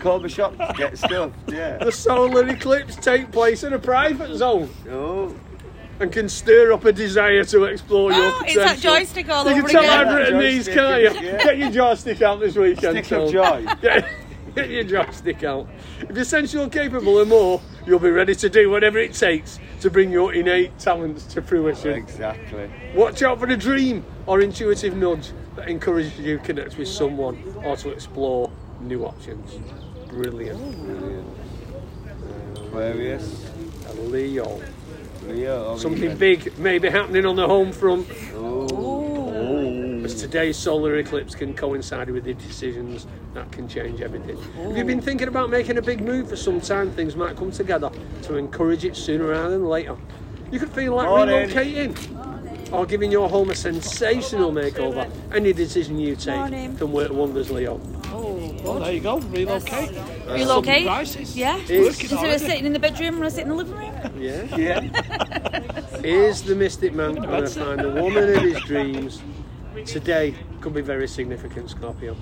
[SPEAKER 1] Call the shop, get stuffed, yeah.
[SPEAKER 2] The solar eclipse take place in a private zone.
[SPEAKER 1] Oh,
[SPEAKER 2] and can stir up a desire to explore your
[SPEAKER 3] Oh, it's
[SPEAKER 2] potential.
[SPEAKER 3] that joystick all
[SPEAKER 2] You can
[SPEAKER 3] over
[SPEAKER 2] tell
[SPEAKER 3] again.
[SPEAKER 2] I've written these,
[SPEAKER 1] Joystick,
[SPEAKER 2] can't you?
[SPEAKER 1] yeah.
[SPEAKER 2] Get your joystick out this weekend.
[SPEAKER 1] stick of
[SPEAKER 2] Tom.
[SPEAKER 1] joy.
[SPEAKER 2] Get, get your joystick out. If you're sensual, capable, and more, you'll be ready to do whatever it takes to bring your innate talents to fruition.
[SPEAKER 1] Exactly.
[SPEAKER 2] Watch out for the dream or intuitive nudge that encourages you to connect with someone or to explore new options. Brilliant.
[SPEAKER 1] Aquarius,
[SPEAKER 2] A Leo.
[SPEAKER 1] Leo. over
[SPEAKER 2] Something
[SPEAKER 1] you,
[SPEAKER 2] big may be happening on the home front.
[SPEAKER 3] Ooh.
[SPEAKER 1] Oh.
[SPEAKER 2] As today's solar eclipse can coincide with the decisions that can change everything. If you've been thinking about making a big move for some time, things might come together to encourage it sooner rather than later. You could feel like
[SPEAKER 1] Morning.
[SPEAKER 2] relocating or giving your home a sensational makeover. Any decision you take
[SPEAKER 3] Morning.
[SPEAKER 2] can work wonders, Leo.
[SPEAKER 3] Oh,
[SPEAKER 4] Well,
[SPEAKER 3] good.
[SPEAKER 4] there you go. Relocate.
[SPEAKER 3] Relocate?
[SPEAKER 4] Prices.
[SPEAKER 3] Yeah.
[SPEAKER 2] It's-
[SPEAKER 3] Instead of sitting in the bedroom, want to sit in the living room?
[SPEAKER 2] Yeah.
[SPEAKER 1] Ben. Yeah.
[SPEAKER 2] Here's the mystic man trying to find the woman of his dreams. Today could be very significant, Scorpio.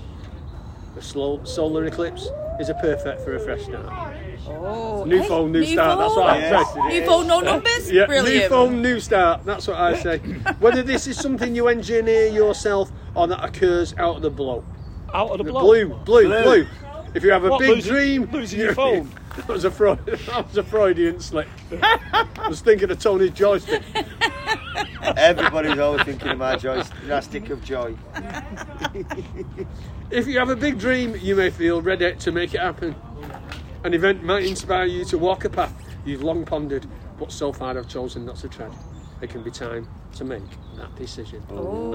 [SPEAKER 2] The slow solar eclipse is a perfect for a fresh start.
[SPEAKER 3] Oh,
[SPEAKER 2] New
[SPEAKER 3] hey,
[SPEAKER 2] phone, new, start. That's what I
[SPEAKER 1] Yes.
[SPEAKER 2] say.
[SPEAKER 3] New phone, no numbers?
[SPEAKER 2] Yeah,
[SPEAKER 3] Brilliant.
[SPEAKER 2] new phone, new start. That's what I say. Whether this is something you engineer yourself or that occurs out of the blow,
[SPEAKER 4] out of the,
[SPEAKER 2] The
[SPEAKER 4] block.
[SPEAKER 2] blue, blue,
[SPEAKER 1] Blue.
[SPEAKER 2] blue. If you have a
[SPEAKER 4] What,
[SPEAKER 2] big
[SPEAKER 4] losing-
[SPEAKER 2] dream,
[SPEAKER 4] losing your phone?
[SPEAKER 2] that was a Freud, that was a Freudian slip. I was thinking of Tony's joystick.
[SPEAKER 1] Everybody's always thinking of my joy, that stick of joy.
[SPEAKER 2] If you have a big dream, you may feel ready to make it happen. An event might inspire you to walk a path you've long pondered, but so far have chosen not to tread. It can be time to make that decision.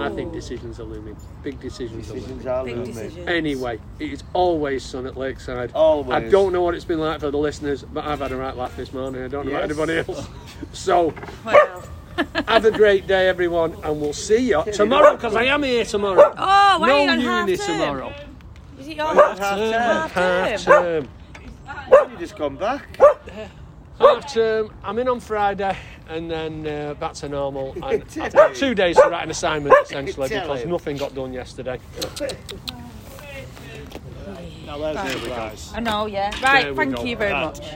[SPEAKER 2] I think decisions are looming. Big decisions, are looming.
[SPEAKER 1] Decisions are
[SPEAKER 3] Big
[SPEAKER 1] looming.
[SPEAKER 3] decision.
[SPEAKER 2] Anyway, it is always sun at Lakeside.
[SPEAKER 1] Always.
[SPEAKER 2] I don't know what it's been like for the listeners, but I've had a right laugh this morning. I don't know about
[SPEAKER 1] Yes.
[SPEAKER 2] anybody else. So,
[SPEAKER 3] Well.
[SPEAKER 2] have a great day, everyone, and we'll see you tomorrow because I am here tomorrow.
[SPEAKER 3] Oh, why
[SPEAKER 2] no
[SPEAKER 3] are you on half
[SPEAKER 2] uni
[SPEAKER 3] term?
[SPEAKER 2] tomorrow.
[SPEAKER 3] Is it your half
[SPEAKER 1] Half
[SPEAKER 3] term?
[SPEAKER 1] term.
[SPEAKER 2] Half
[SPEAKER 3] Half term.
[SPEAKER 2] term.
[SPEAKER 1] You just come back.
[SPEAKER 2] Half term. I'm in on Friday, and then uh, back to normal. And I've got two days to write an assignment essentially
[SPEAKER 1] Tell
[SPEAKER 2] because
[SPEAKER 1] him.
[SPEAKER 2] nothing got done yesterday.
[SPEAKER 4] Now there's the guys.
[SPEAKER 3] I know, yeah. Right,
[SPEAKER 2] There we
[SPEAKER 3] thank
[SPEAKER 2] go.
[SPEAKER 3] you very
[SPEAKER 4] Right.
[SPEAKER 3] much.